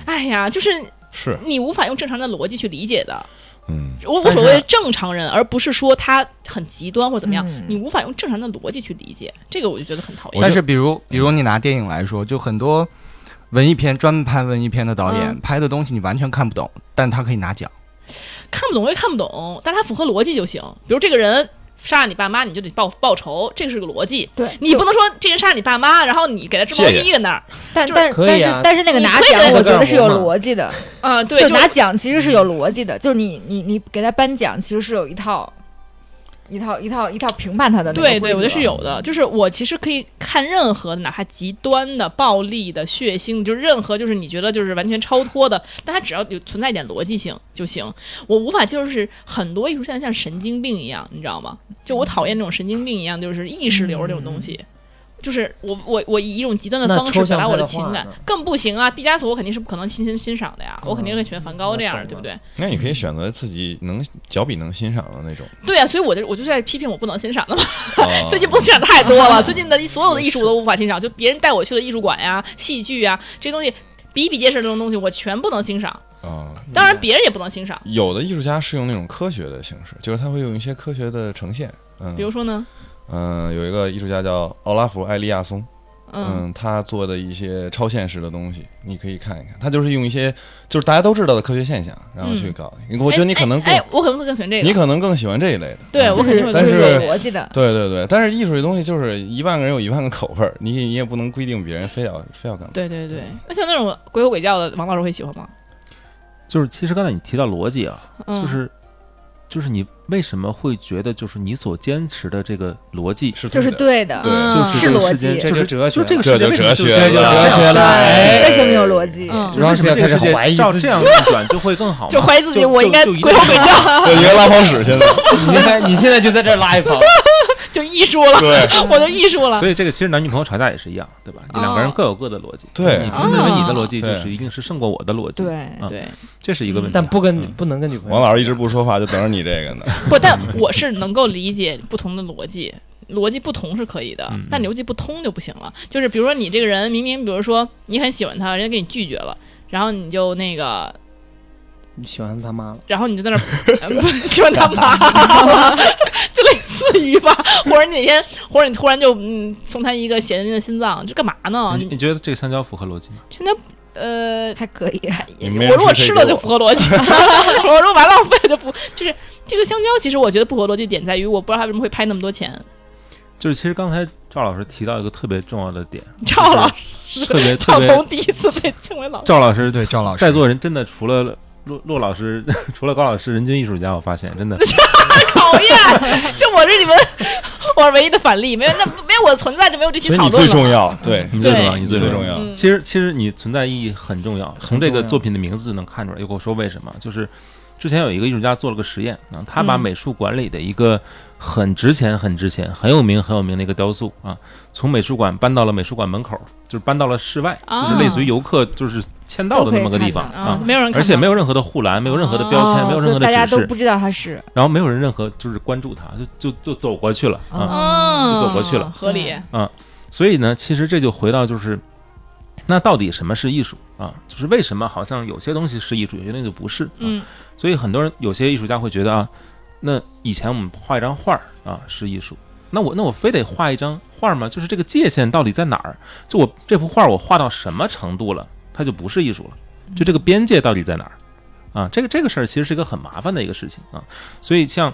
S2: 哎呀，就是
S6: 是，
S2: 你无法用正常的逻辑去理解的。
S6: 嗯，
S2: 我我
S4: 但是
S2: 所谓的正常人，而不是说他很极端或怎么样，
S5: 嗯
S2: 你无法用正常的逻辑去理解，这个我就嗯觉得很讨厌。
S3: 但是比如比如你拿电影来说，就很多文艺片专门拍文艺片的导演、
S2: 嗯
S3: 拍的东西你完全看不懂，但他可以拿奖。
S2: 看不懂我也看不懂，但他符合逻辑就行。比如这个人杀了你爸妈，你就得报报仇，这个是个逻辑。
S5: 对，
S2: 你
S5: 就
S2: 不能说这人杀了你爸妈，然后你给他织毛
S6: 谢
S2: 衣搁那儿
S5: 但
S2: 就是
S5: 但
S4: 可
S5: 但
S4: 以
S5: 是
S4: 啊
S5: 但是那个拿
S2: 你可以
S5: 奖，
S2: 跟
S4: 那
S5: 我
S4: 个
S5: 觉得是有
S4: 我嘛
S5: 逻辑的，
S2: 啊、对，就
S5: 就拿奖其实是有
S7: 嗯
S5: 逻辑的，就是你你你给他颁奖，其实是有一套一套一套一套评判他的那个
S2: 对
S5: 规
S2: 对，我觉得
S5: 则
S2: 是有的。就是我其实可以看任何的，哪怕极端的、暴力的、血腥的，就是任何就是你觉得就是完全超脱的，但它只要有存在一点逻辑性就行。我无法就是很多艺术像像神经病一样，你知道吗？就我讨厌那种神经病一样，就是意识流这种东西。就是我我我以一种极端的
S4: 嗯那
S2: 方式
S4: 抽
S2: 表
S4: 象
S2: 达我
S4: 派
S2: 的
S4: 的
S2: 情
S4: 话
S2: 感
S4: 呢，
S2: 更不行啊！毕加索我肯定是不可能欣欣欣赏的呀，我肯定
S4: 嗯
S2: 会选梵高
S4: 我
S2: 这样
S4: 懂
S2: 的，对不
S4: 了
S2: 对？
S6: 那你可以选择自己能脚比能欣赏的那种，
S2: 对啊，所以我就我就在批评我不能欣赏的嘛。
S6: 啊
S2: 最近不能欣赏太多 了，最近的所有的艺术我都无法欣赏，就别人带我去的艺术馆呀、戏剧呀这些东西。比比皆是这种东西，我全不能欣赏。
S6: 啊。
S2: 当然，别人也不能欣赏。
S6: 有的艺术家是用那种科学的形式，就是他会用一些科学的呈现，嗯，
S2: 比如说呢，
S6: 嗯，有一个艺术家叫奥拉福·艾利亚松，
S2: 嗯，
S6: 嗯，他做的一些超现实的东西，你可以看一看。他就是用一些就是大家都知道的科学现象，然后去搞。我
S2: 我
S6: 觉得你可能更，
S2: 哎，哎我可能会更喜欢这个。
S6: 你可能更喜欢这一类的。
S2: 对
S6: 嗯
S2: 我
S5: 就
S2: 肯定
S5: 是
S2: 会
S5: 就
S6: 但
S2: 更
S5: 是
S2: 喜
S6: 是
S2: 欢
S5: 有
S2: 这个
S5: 逻辑的。
S6: 对对对，但是艺术这东西就是一万个人有一万个口味儿，你你也不能规定别人非要非要干嘛。
S2: 对对对。那像那种鬼吼鬼叫的，王老师会喜欢吗？
S7: 就是其实刚才你提到逻辑啊，
S2: 嗯，
S7: 就是就是你为什么会觉得就是你所坚持的这个逻辑，
S6: 是
S5: 就是
S6: 对的。
S5: 对的，
S6: 对
S2: 嗯
S7: 就是这
S5: 是
S7: 个
S5: 逻
S7: 世间
S5: 辑
S4: 这
S7: 就
S4: 就是哲学
S7: 就这个
S6: 这
S7: 世界
S6: 就
S7: 为
S6: 哲
S7: 什么就
S6: 学
S7: 这
S6: 了
S7: 样
S6: 这就哲学了
S4: 哎
S5: 为什么有逻辑？
S2: 嗯
S7: 就是为什么这个世界照这样运转 就会更好吗？
S2: 就怀疑自己，
S7: 就
S2: 我应该
S7: 就就一
S2: 鬼吼鬼
S7: 定
S2: 叫，
S6: 对，一个拉泡屎现在。
S4: 你看你现在就在这儿拉一炮，
S2: 就艺术 了，
S6: 对，
S2: 我就艺术了。
S7: 所以这个其实男女朋友吵架也是一样，对吧？你两个人各有各的逻辑，
S6: 对
S7: 你不认为你的逻辑就
S6: 哦
S7: 是一定是胜过我的逻辑，
S5: 对，
S7: 啊
S2: 对，
S7: 这是一个问题啊。
S4: 但不跟
S7: 嗯
S4: 不能跟女朋友。
S6: 王老师一直不说话，就等着你这个呢。
S2: 不，但我是能够理解不同的逻辑，逻辑不同是可以的
S7: 嗯嗯，
S2: 但逻辑不通就不行了。就是比如说你这个人明明，比如说你很喜欢他，人家给你拒绝了，然后你就那个，
S4: 你喜欢他妈了，
S2: 然后你就在那儿呃不喜欢他妈， 就类似于吧，或者你哪天，或者你突然就嗯送他一个咸鱼的心脏，这干嘛呢？
S6: 嗯
S7: 你
S2: 你
S7: 你觉得这个香蕉符合逻辑吗？
S2: 真的呃，
S5: 还可以。
S6: 你没人
S2: 我如果
S6: 吃
S2: 吃
S6: 这
S2: 了
S6: 个
S2: 就符合逻辑， 我如果买浪费了就不，就是这个香蕉，其实我觉得不合逻辑点在于，我不知道他为什么会拍那么多钱。
S7: 就是其实刚才赵老师提到一个特别重要的点，
S2: 赵老
S7: 师 特 别特
S2: 赵
S7: 别
S2: 彤第一次被称为老 师，
S7: 赵老师
S3: 对，赵老师，
S7: 在座人真的除了骆骆老师， 除了高老师，人均艺术家，我发现 真的
S2: 讨厌！就我是你们， 我是唯一的反例，没有那没有我的存在就没有这
S6: 所
S2: 期
S6: 以
S2: 讨
S6: 你
S2: 论
S6: 最
S2: 了。
S6: 重要，对，
S7: 你最重要，
S2: 对
S7: 你
S6: 最
S7: 最重
S6: 重
S7: 要。
S6: 要。
S2: 嗯
S7: 啊其实其实你存在意义很重要，从这
S4: 重
S7: 个
S4: 要
S7: 作品的名字就能看出来。又跟我说为什么？就是之前有一个艺术家做了个实验啊，他把
S2: 嗯
S7: 美术馆里的一个很值钱、很值钱、很有名、很有名的一个雕塑啊，从美术馆搬到了美术馆门口，就是搬到了室外，
S2: 啊
S7: 就是类似于游客就是签到的那么个地方
S5: 都可以
S2: 啊
S7: 啊，，
S2: 没有人看到，
S7: 而且没有任何的护栏，没有任何的标签，
S5: 哦
S7: 没有任何
S5: 就
S7: 的
S5: 大家
S7: 指
S5: 都
S7: 示
S5: 不，知道他是
S7: 然后没有人任何就是关注他，就就就走过去了啊。
S2: 嗯，
S7: 就走过去了
S2: 合理。
S7: 所以呢，其实这就回到就是，那到底什么是艺术啊？就是为什么好像有些东西是艺术，有些东西就不是？啊、
S2: 嗯，
S7: 所以很多人有些艺术家会觉得啊，那以前我们画一张画儿啊是艺术，那我那我非得画一张画儿吗？就是这个界限到底在哪儿？就我这幅画儿我画到什么程度了，它就不是艺术了？就这个边界到底在哪儿？啊，这个这个事儿其实是一个很麻烦的一个事情啊，所以像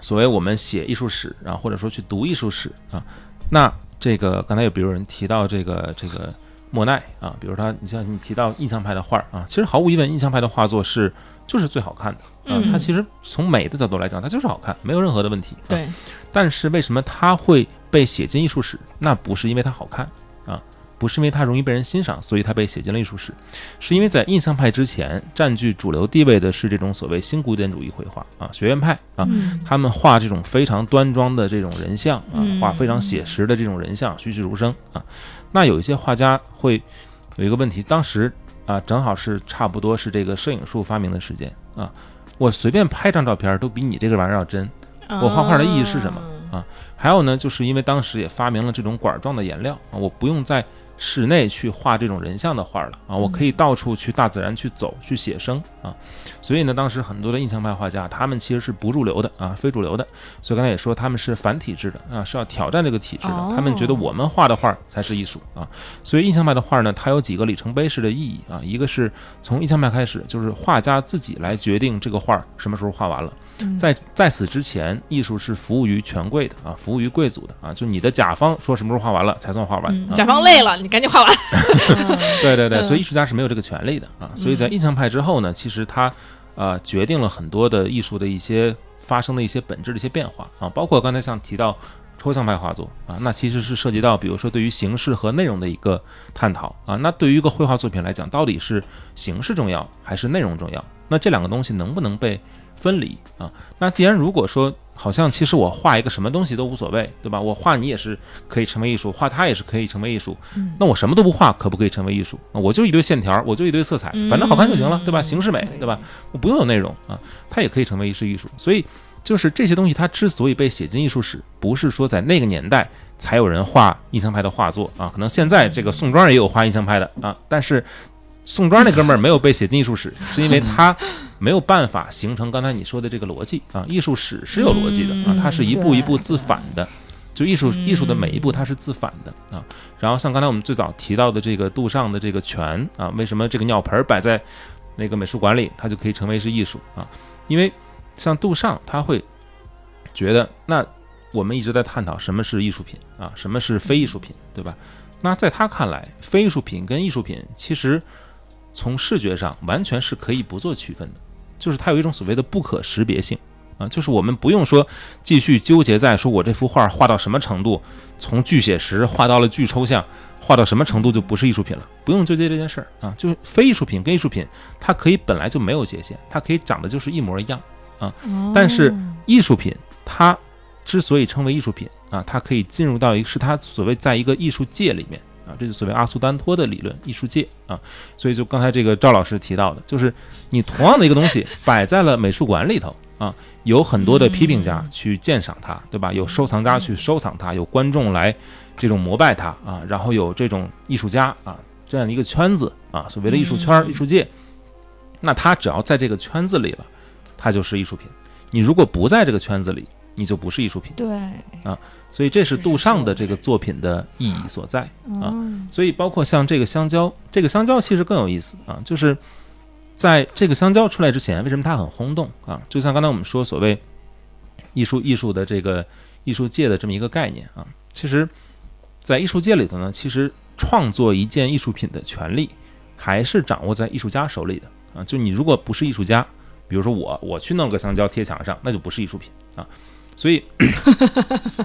S7: 所谓我们写艺术史啊，或者说去读艺术史啊，那这个刚才有比如有人提到这个这个莫奈啊，比如他，你像你提到印象派的画儿啊，其实毫无疑问，印象派的画作是就是最好看的。啊
S2: 嗯
S7: 它其实从美的角度来讲，它就是好看，没有任何的问题。啊
S2: 对，
S7: 但是为什么它会被写进艺术史？那不是因为它好看啊，不是因为它容易被人欣赏，所以它被写进了艺术史，是因为在印象派之前占据主流地位的是这种所谓新古典主义绘画啊，学院派啊。
S2: 嗯
S7: 他们画这种非常端庄的这种人像啊
S2: 嗯，
S7: 画非常写实的这种人像，栩栩如生啊。那有一些画家会有一个问题，当时啊，正好是差不多是这个摄影术发明的时间啊，我随便拍张照片儿都比你这个玩意儿要真。我画画的意义是什么
S2: 么？
S7: 还有呢，就是因为当时也发明了这种管状的颜料啊，我不用在室内去画这种人像的画了啊，我可以到处去大自然去走去写生啊，所以呢，当时很多的印象派画家他们其实是不主流的啊，非主流的，所以刚才也说他们是反体制的啊，是要挑战这个体制的
S2: 哦，
S7: 他们觉得我们画的画才是艺术啊，所以印象派的画呢，它有几个里程碑式的意义啊，一个是从印象派开始，就是画家自己来决定这个画什么时候画完了。
S2: 嗯
S7: 在在此之前，艺术是服务于权贵的啊，服务于贵族的啊，就你的甲方说什么时候画完了才算画完、
S2: 嗯
S7: 啊，
S2: 甲方累了，你赶紧画完。
S7: 对对对，
S2: 嗯
S7: 所以艺术家是没有这个权利的啊。所以在印象派之后呢，其实它呃决定了很多的艺术的一些发生的一些本质的一些变化啊，包括刚才像提到抽象派画作啊，那其实是涉及到比如说对于形式和内容的一个探讨啊。那对于一个绘画作品来讲，到底是形式重要还是内容重要？那这两个东西能不能被分离啊？那既然如果说好像其实我画一个什么东西都无所谓，对吧？我画你也是可以成为艺术，画它也是可以成为艺术，那我什么都不画，可不可以成为艺术？啊我就一堆线条，我就一堆色彩，反正好看就行了，对吧？形式美，对吧？我不用有内容啊，它也可以成为一是艺术。所以就是这些东西，它之所以被写进艺术史，不是说在那个年代才有人画印象派的画作啊，可能现在这个宋庄也有画印象派的啊，但是。宋庄那哥们儿没有被写进艺术史，是因为他没有办法形成刚才你说的这个逻辑啊。艺术史是有逻辑的啊，它是一步一步自反的，就艺术艺术的每一步它是自反的啊。然后像刚才我们最早提到的这个杜尚的这个泉啊，为什么这个尿盆儿摆在那个美术馆里，它就可以成为是艺术啊？因为像杜尚他会觉得，那我们一直在探讨什么是艺术品啊，什么是非艺术品，对吧？那在他看来，非艺术品跟艺术品其实从视觉上完全是可以不做区分的，就是它有一种所谓的不可识别性啊，就是我们不用说继续纠结在说我这幅画画到什么程度，从巨写实画到了巨抽象，画到什么程度就不是艺术品了，不用纠结这件事儿啊。就是非艺术品跟艺术品，它可以本来就没有界限，它可以长得就是一模一样。
S5: 嗯
S7: 但是艺术品它之所以称为艺术品啊，它可以进入到一个是它所谓在一个艺术界里面啊，这就所谓阿苏丹托的理论艺术界啊。所以就刚才这个赵老师提到的，就是你同样的一个东西摆在了美术馆里头啊，有很多的批评家去鉴赏它，对吧？有收藏家去收藏它，有观众来这种膜拜它啊，然后有这种艺术家啊这样一个圈子啊，所谓的艺术圈儿、
S2: 嗯
S7: 艺术界。那他只要在这个圈子里了，它就是艺术品。你如果不在这个圈子里，你就不是艺术品。
S5: 对，
S7: 所以这是杜尚的这个作品的意义所在。啊
S2: 嗯
S7: 所以包括像这个香蕉，这个香蕉其实更有意思啊，就是在这个香蕉出来之前，为什么它很轰动啊？就像刚才我们说所谓艺术艺术的这个艺术界的这么一个概念啊，其实，在艺术界里头呢，其实创作一件艺术品的权利还是掌握在艺术家手里的啊。就你如果不是艺术家，比如说我我去弄个香蕉贴墙上，那就不是艺术品啊。所以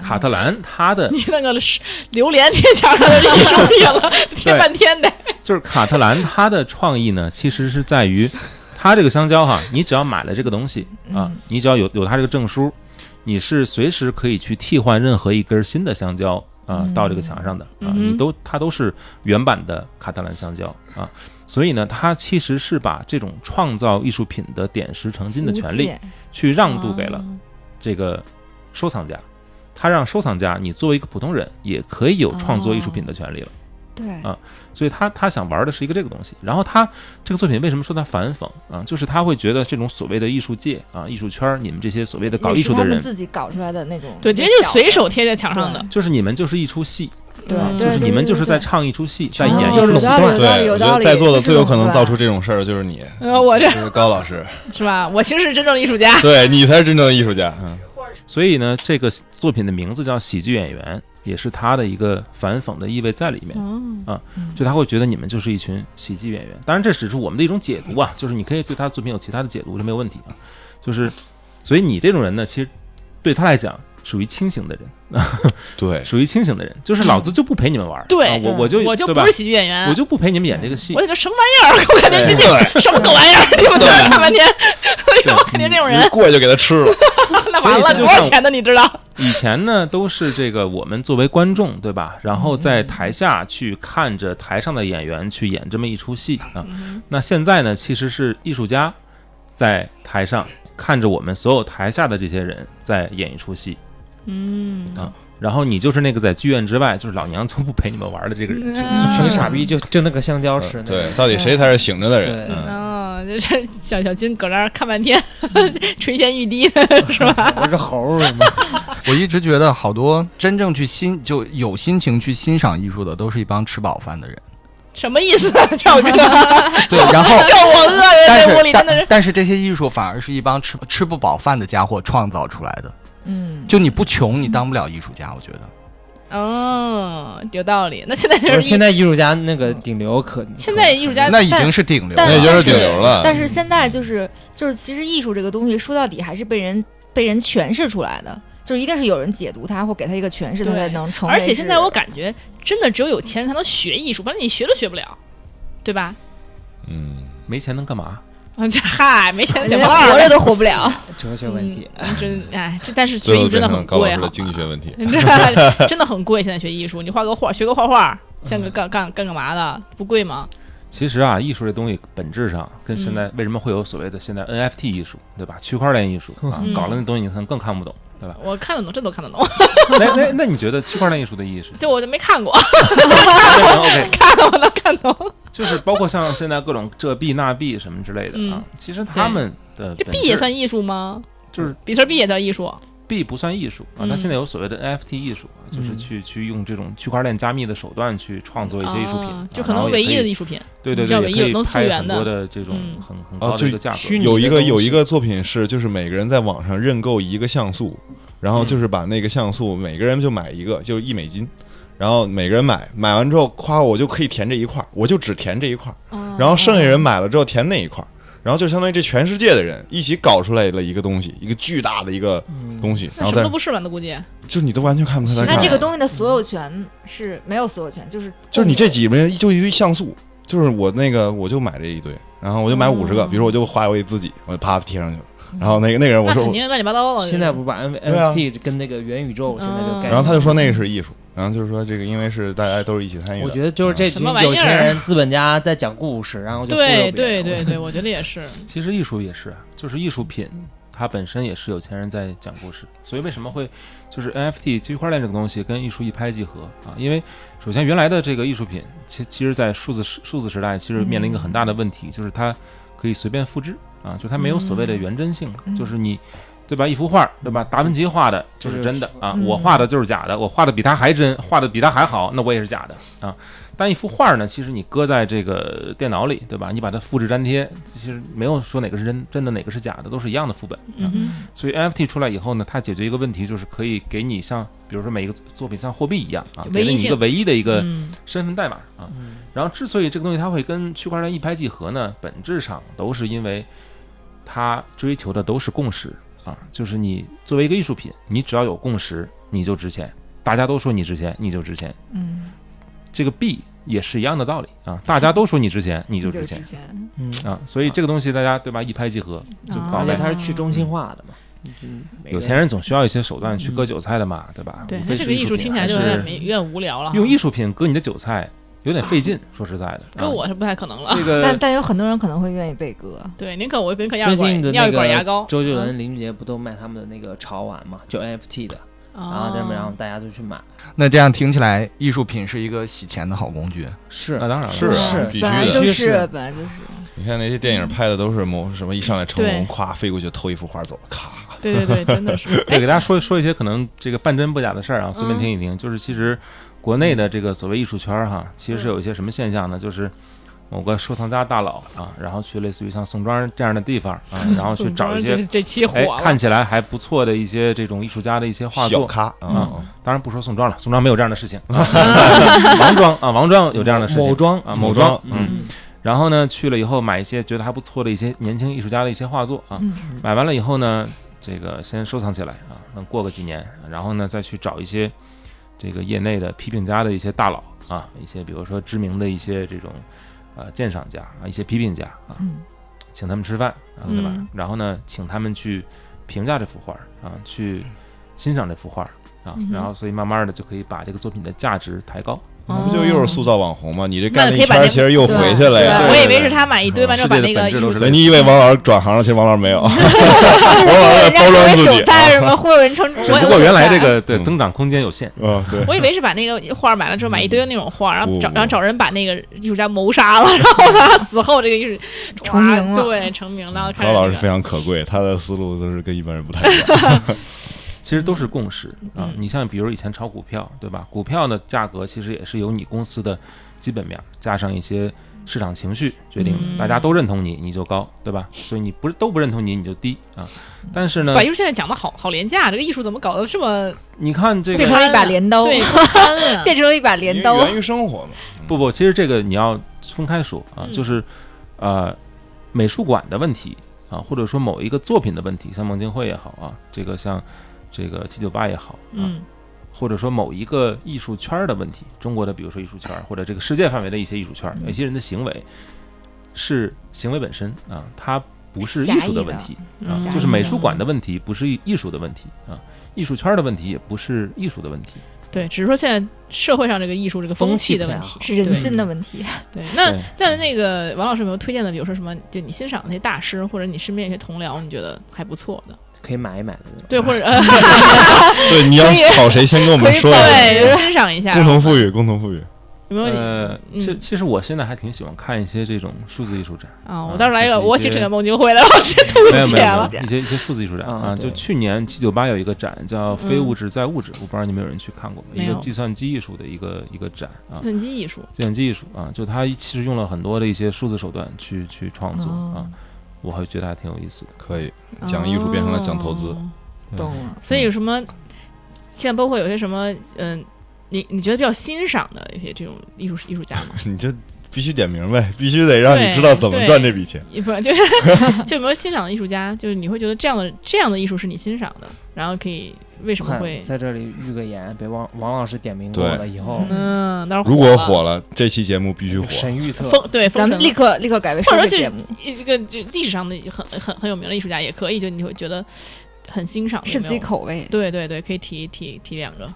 S7: 卡特兰他的
S2: 你那个是榴莲贴墙上的艺术品了，贴半天的。
S7: 就是卡特兰他的创意呢，其实是 在于他这个香蕉哈，你只要买了这个东西
S2: 嗯
S7: 啊，你只要有有他这个证书，你是随时可以去替换任何一根新的香蕉啊到这个墙上的啊
S2: 嗯，哼
S7: 你都它都是原版的卡特兰香蕉啊，所以呢，它其实是把这种创造艺术品的点石成金的权利去让
S2: 嗯
S7: 渡给了
S2: 哦
S7: 这个收藏家。他让收藏家，你作为一个普通人，也可以有创
S2: 哦
S7: 作艺术品的权利了。
S5: 对
S7: 啊所以他他想玩的是一个这个东西。然后他这个作品为什么说他反讽啊？就是他会觉得这种所谓的艺术界啊、艺术圈儿，你们这些所谓的搞艺术的
S5: 嗯也是他们
S7: 人，
S5: 自己搞出来的那种，
S2: 对，直接就随手嗯贴在墙上的。
S7: 就是你们就是一出戏，
S5: 对，
S7: 啊
S5: 对，
S7: 就是
S5: 对
S7: 你们
S5: 对
S7: 就是
S5: 对
S7: 在
S5: 对
S7: 唱一出戏，在
S5: 哦
S7: 演一
S5: 有
S7: 出
S5: 道
S7: 戏。
S5: 理有道理
S6: 对，
S5: 有
S6: 我觉
S5: 道
S6: 得
S5: 理
S6: 在座的
S5: 就是
S6: 最有可能
S5: 垄
S6: 造
S5: 断
S6: 出这种事儿的就是你，
S2: 呃，我这
S6: 就是高老师，
S2: 是吧？我其实是真正的艺术家。
S6: 对你才是真正的艺术家。嗯，
S7: 所以呢，这个作品的名字叫《喜剧演员》，也是他的一个反讽的意味在里面。
S5: 嗯
S7: 啊
S2: 哦，
S7: 就他会觉得你们就是一群喜剧演员。当然，这只是我们的一种解读啊，就是你可以对他的作品有其他的解读，这没有问题啊。就是，所以你这种人呢，其实对他来讲属于清醒的人，
S6: 对，
S7: 属于清醒的人，就是老子就不陪你们玩儿，
S2: 对嗯
S7: 啊我我就
S2: 我
S7: 就
S2: 就
S7: 对
S2: 不
S7: 吧
S2: 是，喜剧演员，
S7: 我就不陪你们演这个戏
S2: 我。有个什么玩意儿， 我感觉今天什么狗玩意儿，你们都是看半天，哎
S7: 对
S2: 我肯定这种人
S6: 一，过去就给他吃了，
S2: 那
S7: 所以
S2: 完了
S7: 这就
S2: 多
S7: 像
S2: 少钱的，你知道？
S7: 以前呢，都是这个我们作为观众，对
S2: 嗯
S7: 吧？然后在台下去看着台上的演员去演这么一出戏啊。
S2: 嗯
S7: 那现在呢，其实是艺术家在台上看着我们所有台下的这些人在演一出戏，
S2: 嗯
S7: 然后你就是那个在剧院之外，就是老娘就不陪你们玩的这个
S2: 嗯
S7: 人。
S4: 一群傻逼就就那个香蕉
S7: 嗯
S4: 吃，那个
S6: 嗯对，到底谁才是醒着的人？
S4: 对
S6: 嗯
S2: 哦，就是小小金搁那儿看半天， 垂涎欲滴是吧？
S4: 我是猴儿 什么？
S3: 我一直觉得好多真正去欣就有心情去欣赏艺术的，都是一帮吃饱饭 的人。
S2: 什么意思啊，赵哥？
S3: 对，然后
S2: 就我饿了，
S3: 但
S2: 在屋
S3: 是
S2: 里真的
S3: 但
S2: 是。
S3: 但是这些艺术反而是一帮吃吃不饱饭的家伙创造出来的。
S5: 嗯，
S3: 就你不穷，你当不了艺术家，我觉得。
S2: 哦，有道理。那现在
S4: 不
S2: 就是
S4: 是现在艺术家那个顶流可
S2: 现在艺术家
S3: 那已经是顶流
S5: 但
S6: 那已
S3: 了。
S6: 经是顶流了。
S5: 但是现在就是就是，其实艺术这个东西说到底还是被人被人诠释出来的，就是一定是有人解读它或给它一个诠释，它
S2: 对
S5: 才能成为
S2: 而
S5: 是。
S2: 且现在我感觉，真的只有有钱人才能学艺术，不然你学都学不了，对吧？
S6: 嗯，
S7: 没钱能干嘛？
S2: 嗨，没钱怎
S5: 连
S2: 么办？
S5: 活着都活不了。
S4: 哲学问题，
S2: 嗯， 真哎，这但是学
S6: 最
S2: 艺
S6: 后
S2: 术真
S6: 变
S2: 的
S6: 成
S2: 很
S6: 高老
S2: 贵
S6: 师
S2: 哈。
S6: 的，经济学问题
S2: 这真的很贵。现在学艺术，你画个画，学个画画，像
S7: 嗯
S2: 个干干干干嘛的，不贵吗？
S7: 其实啊，艺术这东西本质上跟现
S2: 嗯
S7: 在为什么会有所谓的现在 NFT 艺术，对吧？区块链艺术啊
S2: 嗯，
S7: 搞了那东西你可能更看不 懂，对吧？
S2: 我看得懂，这都看得懂，
S7: 那那那你觉得区块链艺术的意义是什么？
S2: 就我就没看过，
S7: OK，
S2: 看了我能看懂。
S7: 就是包括像现在各种这币那币什么之类的啊
S2: 嗯，
S7: 其实他们的
S2: 这
S7: 本
S2: 币也
S7: 质
S2: 算艺术吗？
S7: 就是
S2: 比特币也叫艺术？
S7: 币不算艺术啊，
S2: 嗯
S7: 那现在有所谓的 NFT 艺术，啊就是去去用这种区块链加密的手段去创作一些艺术品
S2: 哦
S7: 啊，
S2: 就可
S7: 然后
S2: 能
S7: 也
S2: 唯一
S7: 可
S2: 的
S7: 以
S2: 艺术品。
S7: 对对
S2: 比较唯
S7: 对，
S2: 一
S7: 也可
S2: 能
S7: 以
S2: 溯
S7: 拍
S2: 源
S7: 很多
S2: 的
S7: 的这种
S2: 嗯
S7: 很很
S6: 啊
S7: 高的一
S6: 就
S7: 个价格，
S4: 虚拟
S6: 有一个
S4: 你的东
S6: 有
S4: 西
S6: 一个作品是，就是每个人在网上认购一个像素，然后就是把那个像素每个人就买一个，就是一美金，然后每个人买，买完之后，夸我就可以填这一块儿，我就只填这一块儿，
S2: 哦
S6: 然后剩下人买了之后填那一块儿，然后就相当于这全世界的人一起搞出来了一个东西，一个巨大的一个东西，
S2: 那什
S6: 然后
S2: 么
S6: 再
S2: 都不是吧？那估计
S6: 就是你都完全看不出来
S5: 那
S6: 看
S5: 这
S6: 法，
S5: 个东西的所有权是没有所有权，就是
S6: 就是你这几个人就一堆像素，就是我那个我就买这一堆，然后我就买五十
S2: 嗯
S6: 个，比如说我就花我自己，我就啪贴上去了，然后那个那个人我
S2: 那
S6: 说
S2: 肯。定乱七八糟了。
S4: 现在不是把 N
S6: 对啊
S4: NFT 跟那个元宇宙现在
S2: 嗯
S4: 这个概
S6: 然后
S4: 念。
S6: 他就说那个是艺术，然后就是说这个因为是大家都是一起参与的。
S4: 我觉得就是这
S2: 什
S4: 群
S2: 么玩意儿
S4: 有钱人、资本家在讲故事，然后就忽悠别
S2: 对
S4: 人
S2: 对 对对，我觉得也 是。
S7: 其实艺术也是啊，就是艺术品，它本身也是有钱人在讲故事。所以为什么会就是 NFT 区块链这个东西跟艺术一拍即合啊？因为首先原来的这个艺术品，其其实，在数字时数字时代，其实面临一个很大的问题，就是它可以随便复制啊，就它没有所谓的原真性，就是你。对吧？一幅画，对吧？达芬奇画的就是真的啊，
S5: 嗯
S7: 我画的就是假的，我画的比他还真，画的比他还好，那我也是假的。但一幅画呢，其实你搁在这个电脑里，对吧？你把它复制粘贴，其实没有说哪个是真真的，哪个是假的，都是一样的副本。啊
S2: 嗯哼，
S7: 所以 NFT 出来以后呢，它解决一个问题，就是可以给你像，比如说每一个作品像货币一样啊，
S2: 唯
S7: 给
S2: 一
S7: 了你一
S2: 性
S7: 个唯一的一个
S2: 嗯
S7: 身份代码啊。然后之所以这个东西它会跟区块链一拍即合呢，本质上都是因为它追求的都是共识啊，就是你作为一个艺术品，你只要有共识，你就值钱。大家都说你值钱，你就值钱。
S5: 嗯，
S7: 这个币也是一样的道理啊，大家都说你值 钱，你就
S5: 就
S7: 值
S5: 之
S7: 钱
S5: 前
S4: 嗯，
S7: 啊，所以这个东西大家对吧一拍即合就
S2: 啊
S7: 搞
S4: 而且
S7: 呗。
S4: 它是去中心化的嘛，嗯
S7: 有钱人总需要一些手段去割韭菜的嘛，对吧？
S2: 对
S7: 无，
S2: 那
S7: 非
S2: 这
S7: 是
S2: 个艺术
S7: 术
S2: 听起
S7: 品
S2: 来
S7: 还
S2: 就有点
S7: 是
S2: 没有点无聊了哈。
S7: 用艺术品割你的韭菜有点费劲，说实在的，
S2: 搁
S7: 啊
S2: 我是不太可能了。
S7: 这
S5: 但
S7: 个
S5: 但有很多人可能会愿意被割。
S2: 对，宁可我宁可要
S4: 最
S2: 一管
S4: 近的
S2: 要
S4: 那
S2: 一管牙膏
S4: 个。周杰伦、林俊杰不都卖他们的那个潮玩嘛，就 NFT 的，然
S2: 啊
S4: 后他们然后大家都去买，
S3: 那这样听起来，艺术品是一个洗钱的好工具。
S4: 是
S7: 那当然了，
S6: 是啊
S4: 是
S6: 必须
S5: 嗯本来
S6: 的。
S5: 就是，本来就是。
S6: 你看那些电影拍的都是某什么一上来成
S2: 对
S6: 龙，咵飞过去偷一幅画走，咔。
S2: 对对对，真的是。
S7: 对，给大家说说一些可能这个半真不假的事
S2: 嗯
S7: 儿啊，随便听一听。就是其实国内的这个所谓艺术圈儿哈，其实是有一些什么现象呢？就是某个收藏家大佬啊，然后去类似于像宋庄这样的地方 啊，然后去找一
S2: 这
S7: 些
S2: 这期火
S6: 啊
S7: 哎
S2: 了，
S7: 看起来还不错的一些这种艺术家的一些画
S6: 小
S7: 作。嗯
S6: 咖
S2: 哦
S6: 啊，
S7: 当然不说宋庄了，宋庄没有这样的事 情。啊王庄啊，王庄有这样的事情。
S4: 某庄
S6: 某
S7: 啊，某
S6: 庄
S7: 庄，嗯。然后呢，去了以后买一些觉得还不错的一些年轻艺术家的一些画作啊，
S5: 嗯
S7: 买完了以后呢，这个先收藏起来啊，等过个几年，然后呢再去找一些这个业内的批评家的一些大佬啊，一些比如说知名的一些这种呃鉴赏家啊，一些批评家啊，
S2: 嗯
S7: 请他们吃饭啊，对吧？
S2: 嗯
S7: 然后呢，请他们去评价这幅画儿啊，去欣赏这幅画儿啊，
S2: 嗯哼
S7: 然后所以慢慢的就可以把这个作品的价值抬高。
S6: 那不就又是塑造网红吗？你这干
S2: 那
S6: 了
S2: 可
S6: 一
S2: 以把
S6: 圈，
S2: 那
S6: 其实又回去了呀。
S2: 啊我以为是他买一堆完之后把
S7: 嗯世界的
S2: 那个
S7: 本质
S2: 艺
S7: 都
S2: 术
S7: 是
S2: 家
S6: 对，
S7: 这
S6: 你以为王老师转行了，其实王老 师没有，王老师在包装自己
S5: 人家作为韭菜什
S6: 啊。
S5: 么，会有人称之
S7: 只
S2: 我
S7: 不过原来这个
S6: 我
S7: 对
S6: 嗯
S7: 增长空间有限，
S6: 嗯，对，
S2: 我以为是把那个画买了之后买一堆那种画，然后找
S7: 嗯
S6: 不
S2: 然后找人把那个艺术家谋杀了，然后他死后这个艺术
S5: 成名了
S2: 对，成名了。开
S6: 何
S2: 始
S6: 老师
S2: 这
S6: 非
S2: 个
S6: 常可贵，他的思路都是跟一般人不太一样。
S7: 其实都是共识啊
S2: 嗯。
S7: 你像比如以前炒股票，对吧？股票的价格其实也是由你公司的基本面加上一些市场情绪决定
S2: 嗯
S7: 的，大家都认同你，你就高，对吧？所以你不是都不认同你，你就低啊。但是呢
S2: 把，艺术现在讲的嗯好好廉价，这个艺术怎么搞得这么
S7: 你看这
S5: 变
S7: 个
S5: 成了一把镰
S7: 哦
S5: 刀，
S2: 对不堪 啊？
S5: 变成了一把镰刀
S6: 因为。源于生活嘛，
S7: 不不，其实这个你要分开说啊，
S2: 嗯
S7: 就是呃美术馆的问题啊，或者说某一个作品的问题，像孟京辉也好啊，这个像这个七九八也好啊，
S2: 嗯
S7: 或者说某一个艺术圈儿的问题，中国的比如说艺术圈儿，或者这个世界范围的一些艺术圈儿，
S2: 嗯
S7: 有些人的行为是行为本身啊，它不是艺术的问题啊
S2: 狭义的，
S7: 就是
S5: 嗯
S7: 美术馆的问题，不是艺术的问题啊，艺术圈儿的问题也不是艺术的问题。
S2: 对，只是说现在社会上这个艺术这个
S4: 风
S2: 风
S4: 气
S2: 的
S4: 不太
S2: 问
S4: 好
S2: 题
S5: 是人性的问题，
S2: 对，那
S7: 对
S2: 但那个王老师有没有推荐的？比如说什么，就你欣赏的那些大师，或者你身边有些同僚，你觉得还不错的，
S4: 可以买一买的那种。
S2: 对，或者呃，
S6: 对，你要找谁先跟我们说一下，
S2: 对，欣赏一下，
S6: 共同富裕，共同富裕。
S2: 有没有你？
S7: 呃，其
S2: 嗯
S7: 其实我现在还挺喜欢看一些这种数字艺 术展，
S2: 啊，我
S7: 啊
S2: 到时候来一
S7: 就
S2: 个，
S7: 是一
S2: 我请
S7: 些
S2: 整个孟京辉来，我真吐
S7: 没有
S2: 血
S7: 没有
S2: 了
S7: 没。有一些一些数字艺术展
S4: 啊
S7: 啊，
S4: 对
S7: 就去年七九八有一个展叫“非
S2: 嗯
S7: 物质在物质”，我不知道你们有人去看过吗？
S2: 没
S7: 一个
S2: 有
S7: 计算机艺术的一个一个展啊
S2: 计，算机艺术，
S7: 计算机艺术啊，就它其实用了很多的一些数字手段去去创作
S5: 哦
S7: 啊，我还觉得还挺有意思的。
S6: 可以，讲艺术变成了讲投资
S2: 哦
S5: 懂了。
S2: 所以有什么？现在包括有些什么，嗯，你你觉得比较欣赏的一些这种艺术艺术家吗？
S6: 你就必须点名呗，必须得让你知道怎么赚这笔钱。
S2: 也不就 就有没有欣赏的艺术家？就是你会觉得这样的这样的艺术是你欣赏的，然后可以为什么
S4: 快
S2: 会？
S4: 在这里预个言，别王王老师点名过了，以后
S2: 嗯，到时候
S6: 如果
S2: 火
S6: 火了，这期节目必须火。
S4: 神预测
S2: 了，风对
S5: 咱
S2: 风
S5: 们
S2: 尘
S5: 立刻立刻改为
S2: 或者
S5: 收费
S2: 就
S5: 节
S2: 是
S5: 目，
S2: 这个就历史上的很很很有名的艺术家也可以，就你会觉得很欣赏，
S5: 是
S2: 有没
S5: 自
S2: 有
S5: 己口味。
S2: 对对对，可以提提提两个。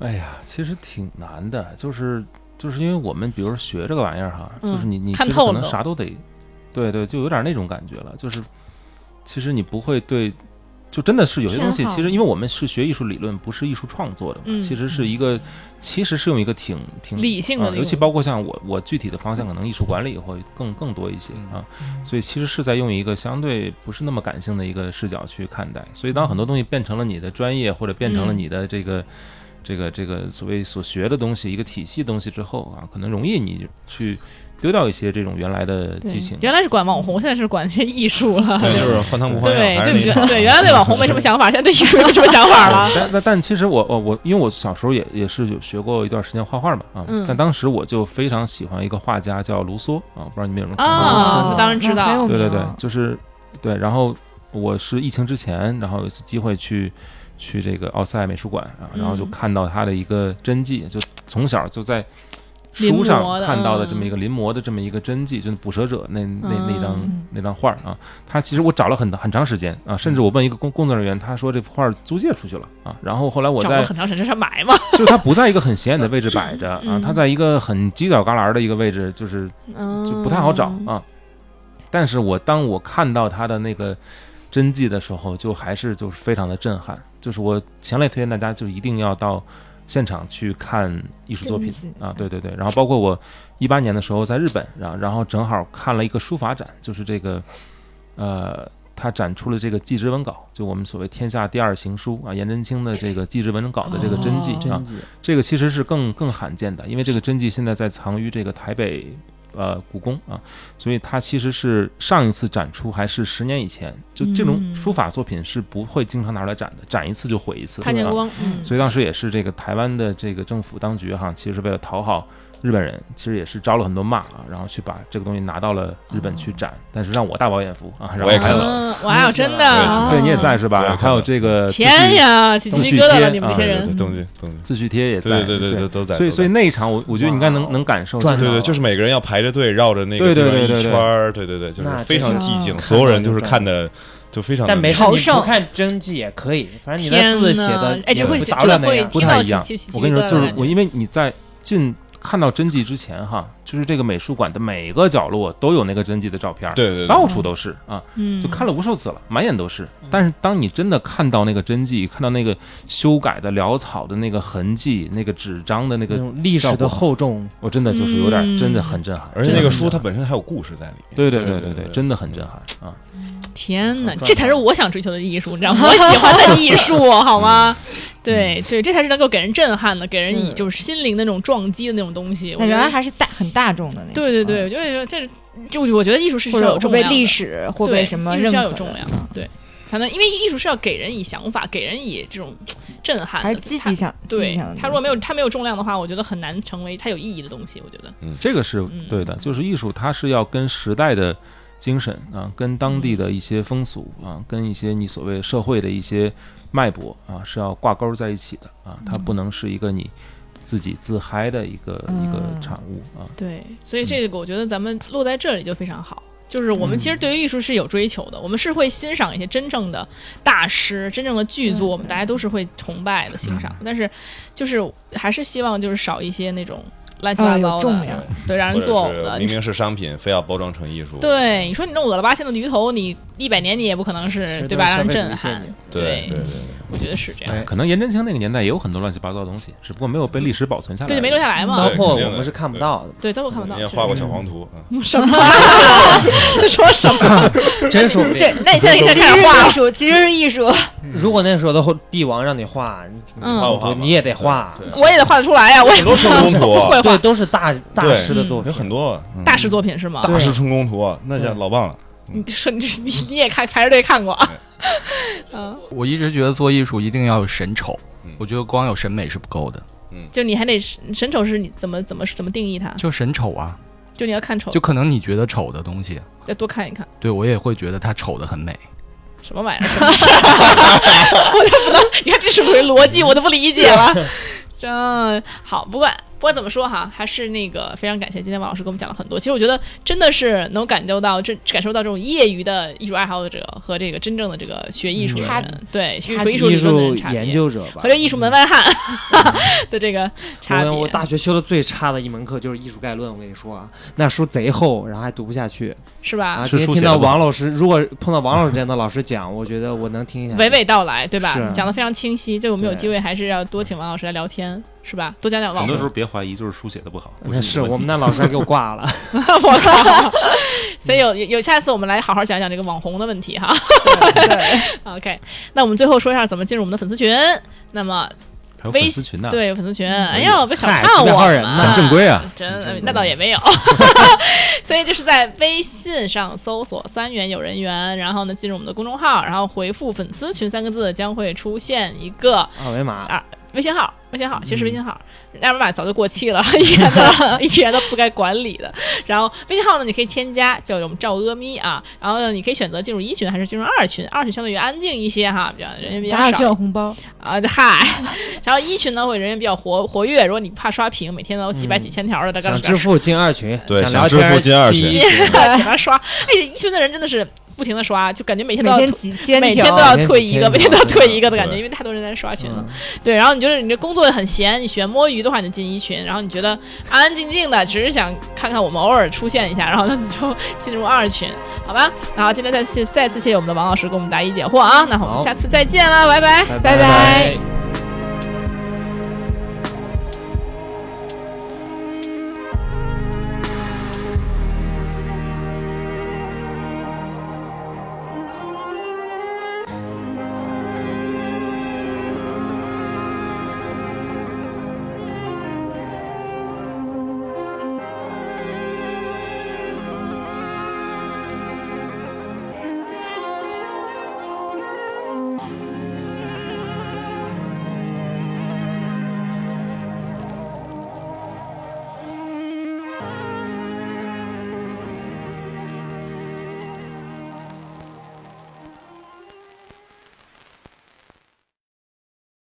S7: 哎呀，其实挺难的，就是就是因为我们比如学这个玩意儿哈，
S2: 嗯
S7: 就是你你
S2: 看
S7: 其实
S2: 透
S7: 可能
S2: 了
S7: 啥都得，对对，就有点那种感觉了，就是其实你不会对，就真的是有些东西，
S5: 偏好
S7: 其实因为我们是学艺术理论，不是艺术创作的嘛，
S2: 嗯
S7: 其实是一个其实是用一个挺挺
S2: 理性的
S7: 啊
S2: 那
S7: 尤其
S2: 种
S7: 包括像我我具体的方向可能艺术管理会更更多一些啊，
S2: 嗯
S7: 所以其实是在用一个相对不是那么感性的一个视角去看待，所以当很多东西变成了你的专业或者变成了
S2: 嗯
S7: 你的这个。这个这个所谓所学的东西，一个体系的东西之后啊，可能容易你去丢掉一些这种原来的
S2: 对
S7: 激情。
S2: 原来是管网红，现在是管一些艺术了。
S6: 那就是换汤不换
S2: 对
S6: 药，还是
S2: 对
S6: 那
S2: 不
S6: 套
S2: 对？对，原来对网红 没什么想法，现在对艺术有什么想法了？
S7: 啊但但但其实我我我，因为我小时候也也是有学过一段时间画画嘛啊，
S2: 嗯
S7: 但当时我就非常喜欢一个画家叫卢梭啊，不知道你们有没有看过？
S2: 啊那当然知道
S5: 很
S7: 嗯
S5: 有
S7: 对对
S5: 名
S7: 对
S5: 啊，
S7: 就是对。然后我是疫情之前，然后有一次机会去去这个奥赛美术馆啊，然后就
S2: 嗯
S7: 看到他的一个真迹，就从小就在
S2: 临
S7: 书上
S2: 摹的
S7: 看到的
S2: 嗯
S7: 这么一个临摹的这么一个真迹，就是捕蛇者那那那张
S2: 嗯
S7: 那张画儿啊。他其实我找了很很长时间啊，甚至我问一个工工作人员，他说这幅画儿租借出去了啊。然后后来 我
S2: 找
S7: 在
S2: 了很长时间是埋嘛。
S7: 就是他不在一个很显眼的位置摆着啊
S2: 嗯，
S7: 他在一个很犄角旮旯的一个位置，就是 就不太好找
S2: 嗯。
S7: 啊。但是我当我看到他的那个真迹的时候，就还是就是非常的震撼，就是我强烈推荐大家就一定要到现场去看艺术作品
S5: 真迹
S7: 啊，对对对。然后包括我一八年的时候在日本，然后然后正好看了一个书法展，就是这个呃。他展出了这个《祭侄文稿》，就我们所谓“天下第二行书”啊，颜真卿的这个《祭侄文稿》的这个真迹、
S5: 哦
S7: 啊
S4: 真，迹
S7: 这个其实是更更罕见的，因为这个真迹现在在藏于这个台北呃故宫啊，所以它其实是上一次展出还是十年以前，就这种
S2: 嗯
S7: 书法作品是不会经常拿出来展的，展一次就毁一次。
S2: 潘建
S7: 啊
S2: 光，嗯，
S7: 所以当时也是这个台湾的这个政府当局哈，其实是为了讨好日本人，其实也是招了很多骂啊，然后去把这个东西拿到了日本去展，
S2: 哦
S7: 但是让我大饱眼福啊，然后
S6: 我也
S7: 还
S6: 看
S7: 有
S6: 到了
S2: 嗯哇哟，真的，
S7: 对你也在
S6: 我也
S7: 是吧？
S6: 看
S7: 还
S6: 到
S7: 有
S6: 了
S7: 这个自
S2: 天
S7: 序
S2: 呀，起鸡皮疙瘩了，你们这些
S7: 啊对
S2: 人，
S6: 东西东西，
S7: 自序贴也在，
S6: 对对对对， 都在。
S7: 所以所以
S6: 都在
S7: 那一场我我觉得你应该
S2: 哦
S7: 能能感受，就
S4: 赚
S7: 是
S6: 对对，就是每个人要排着队绕着那个
S7: 对
S6: 地
S7: 对
S6: 方
S7: 对
S6: 一
S7: 对对
S6: 圈儿，对对对，就
S4: 那真
S6: 是非常
S5: 是
S6: 寂静，
S4: 看
S6: 所有人
S4: 到
S6: 就是
S4: 就
S6: 看的就非常的
S4: 但没事，
S5: 朝
S4: 你不
S5: 圣
S4: 看真迹也可以，反正你
S2: 天
S4: 那字
S2: 呐
S4: 写的
S2: 哎，这
S4: 也
S2: 会
S4: 不
S2: 这
S4: 达不了
S2: 个
S4: 那
S2: 会
S4: 样。
S7: 不
S2: 听到
S7: 太
S2: 起
S7: 一样
S2: 起起鸡
S7: 我跟
S2: 皮
S7: 你
S2: 疙
S7: 说，
S2: 瘩
S7: 就是
S2: 的
S7: 我因为你在进看到真迹之前哈，就是这个美术馆的每个角落都有那个真迹的照片，
S6: 对对对
S7: 到处都是啊。
S2: 嗯
S7: 就看了无数次了，满眼都是。但是当你真的看到那个真迹，看到那个修改的潦草的那个痕迹，那个纸张的
S4: 那
S7: 那个，
S4: 种历史的厚重，
S7: 我真的就是有
S2: 嗯
S7: 点，真的很震撼。
S6: 而且那个
S7: 真的
S6: 书它本身还有故事在里面。
S7: 对对
S6: 对
S7: 对对对，真的很震撼啊！
S2: 天
S5: 啊
S2: 哪，
S4: 很
S2: 这才是我想追求的艺术，你知 道吗？我喜欢的艺术，好吗？对对，这才是能够给人震撼的，给人以
S5: 嗯
S2: 就是心灵的那种撞击的那种东西。我
S5: 那
S2: 觉
S5: 原来
S2: 得，
S5: 还是大很大众的那种，嗯
S2: 对对对，就是这是就我觉得艺术是需
S5: 或
S2: 要有
S5: 者会
S2: 重
S5: 被
S2: 量的，
S5: 历史，会被
S2: 对
S5: 什么
S2: 艺术
S5: 认
S2: 需
S5: 可
S2: 要
S5: 的，
S2: 有重量，对，才能因为艺术是要给人以想法，给人以这种震撼的，
S5: 还是积极想，积极
S2: 对
S5: 想的
S2: 它如果没有
S5: 东
S2: 它没有重量的话，我觉得很难成为它有意义的东西。我觉得，
S7: 这个是
S2: 嗯
S7: 对的，就是艺术，它是要跟时代的精神啊，跟当
S2: 嗯
S7: 地的一些风俗啊，跟一些你所谓社会的一些脉搏啊，是要挂钩在一起的啊，
S2: 嗯
S7: 它不能是一个你自己自嗨的一个一个
S5: 嗯
S7: 产物啊。
S2: 对，所
S6: 嗯
S2: 以这个我觉得咱们落在这里就非常好。就是我们其
S6: 嗯
S2: 实对于艺术是有追求的，我们是会欣赏一些真正的大师、真正的巨作，
S5: 对
S2: 我们大家都是会崇拜的、欣
S6: 嗯
S2: 赏。但是，就是还是希望就是少一些那种乱七
S5: 西啊
S2: 八
S5: 有
S2: 糟
S5: 重
S2: 的，
S5: 量，
S2: 对，让
S6: 或
S2: 人
S6: 者
S2: 作呕
S6: 是
S2: 的。
S6: 明
S2: 你
S6: 明是商品，非要包装成艺术。
S2: 对，你说你弄恶了吧唧的驴头，你一百年你也不可能是对吧？让人震撼。
S6: 对对对，
S2: 我觉得是这样。
S3: 哎，
S7: 可能颜真卿那个年代也有很多乱七八糟的东西，只不过没有被历史保存下来。
S2: 对，就没留下来
S4: 糟
S2: 嘛。
S4: 粕我们是看不到的，
S2: 对，都我看不到
S6: 嗯你也。画过
S2: 是
S6: 小黄图啊？
S2: 什 么？ 在说什么？
S4: 真说不定。
S5: 那你现在
S2: 在
S5: 其
S2: 开
S5: 实
S2: 始画
S5: 是艺术，其实是艺 术，
S4: 如果那时候的后帝王让你画，你
S6: 画
S2: 嗯，
S6: 不画吧？
S4: 你也得画。
S6: 对
S2: 我也得画得出来呀，我也
S6: 很多春宫图啊
S2: 会画
S4: 对，都是大大
S6: 对
S4: 师的作
S6: 有
S4: 品，
S6: 很多嗯
S2: 大师作品是吗？
S6: 大师春宫图啊，那家老棒了。
S2: 你 说你你你也看排着队看过啊？嗯，
S3: 我一直觉得做艺术一定要有审丑
S6: 嗯，
S3: 我觉得光有审美是不够的，
S2: 就你还得审丑是你怎么怎么怎么定义
S5: 嗯
S2: 它？
S3: 就审丑啊，
S2: 就你要看丑，
S3: 就可能你觉得丑的东西，
S2: 再多看一看，
S3: 对我也会觉得它丑的很美。
S2: 什么玩意儿？什么事儿 我就不能，你看这属于逻辑，我都不理解 了。真好，不管不管怎么说哈，还是那个非常感谢今天王老师给我们讲了很多。其实我觉得真的是能感受到这感受到这种业余的艺术爱好者和这个真正的这个学艺术
S4: 嗯
S2: 的
S5: 差
S2: 人，对学
S5: 差
S2: 学
S5: 距
S2: 艺术理
S4: 艺
S2: 论的人
S4: 术
S2: 差
S4: 研
S2: 别
S4: 究嗯者吧。
S2: 和这艺术门外汉 的这个差别。
S4: 我我大学修的最差的一门课就是《艺术概论》，我跟你说啊，那书贼厚，然后还读不下去。
S2: 是
S4: 然
S2: 吧
S4: 后？
S7: 是
S4: 今天
S7: 书
S4: 听
S7: 写
S4: 到
S7: 得不
S4: 王老师，如果碰到王老师这样的老师讲，我觉得我能听一下。
S2: 娓娓道来，对吧？
S4: 是
S2: 讲的非常清晰，就我们有
S4: 对
S2: 机会还是要多请王老师来聊天，是吧？多讲讲
S7: 很
S2: 王
S7: 多
S2: 老
S7: 时
S2: 师。
S7: 候别怀疑，就是书写的不好。不
S4: 那
S7: 你
S4: 是
S7: 的问
S4: 我们
S7: 题
S4: 那老师还给我挂了，
S2: 我靠！ 所以有有下次我们来好好讲讲这个网红的问题哈。OK，那我们最后说一下怎么进入我们的粉丝群。那么
S7: 还有
S2: 微
S7: 粉丝群呢，，啊嗯
S2: 对有粉丝群，哎
S7: 以
S2: 呦，别小
S4: 嗨
S2: 看
S4: 几百
S2: 我
S4: 号人呢
S2: 嘛
S7: 很正规啊。
S2: 真那倒也没有， 所以就是在微信上搜索“三元有人缘”，然后呢进入我们的公众号，然后回复“粉丝群”三个字，将会出现一个
S4: 二维码。
S2: 啊微信号，微信号其实是微信号，二维码早就过期了，一年都 一年都不该管理的。然后微信号呢，你可以添加，叫我们赵阿咪啊，然后呢你可以选择进入一群还是进入二群，二群相对于安静一些哈，比较人员比较
S5: 打
S2: 少
S5: 扰需。要红包，
S2: 啊，嗨， 然后一群呢会人员比较活活跃，如果你怕刷屏，每天都有几百几千条的，大概
S4: 想致富进二群，
S6: 对
S4: 聊
S6: 想致
S4: 天
S6: 富进二群
S4: 记忆
S2: 给他刷，哎，一群的人真的是不停的刷，就感觉每天都
S5: 每
S2: 要
S5: 天几千条，
S2: 每天都要退一个，每
S4: 每
S2: 天都
S4: 天都
S2: 要
S4: 要
S2: 退
S4: 退
S2: 一
S4: 一
S2: 个的
S6: 个
S2: 感觉，
S6: 对
S2: 因为太多人在刷群了
S4: 嗯。
S2: 对，然后你就是你这工作很闲，你学摸鱼的话，你就进一群，然后你觉得安安静静的，只是想看看我们偶尔出现一下，然后呢你就进入二群，好吧？然后今天再次再次谢谢我们的王老师给我们答疑解惑啊，那我们
S4: 好
S2: 下次再见啦，拜拜。
S5: 拜拜
S4: 拜。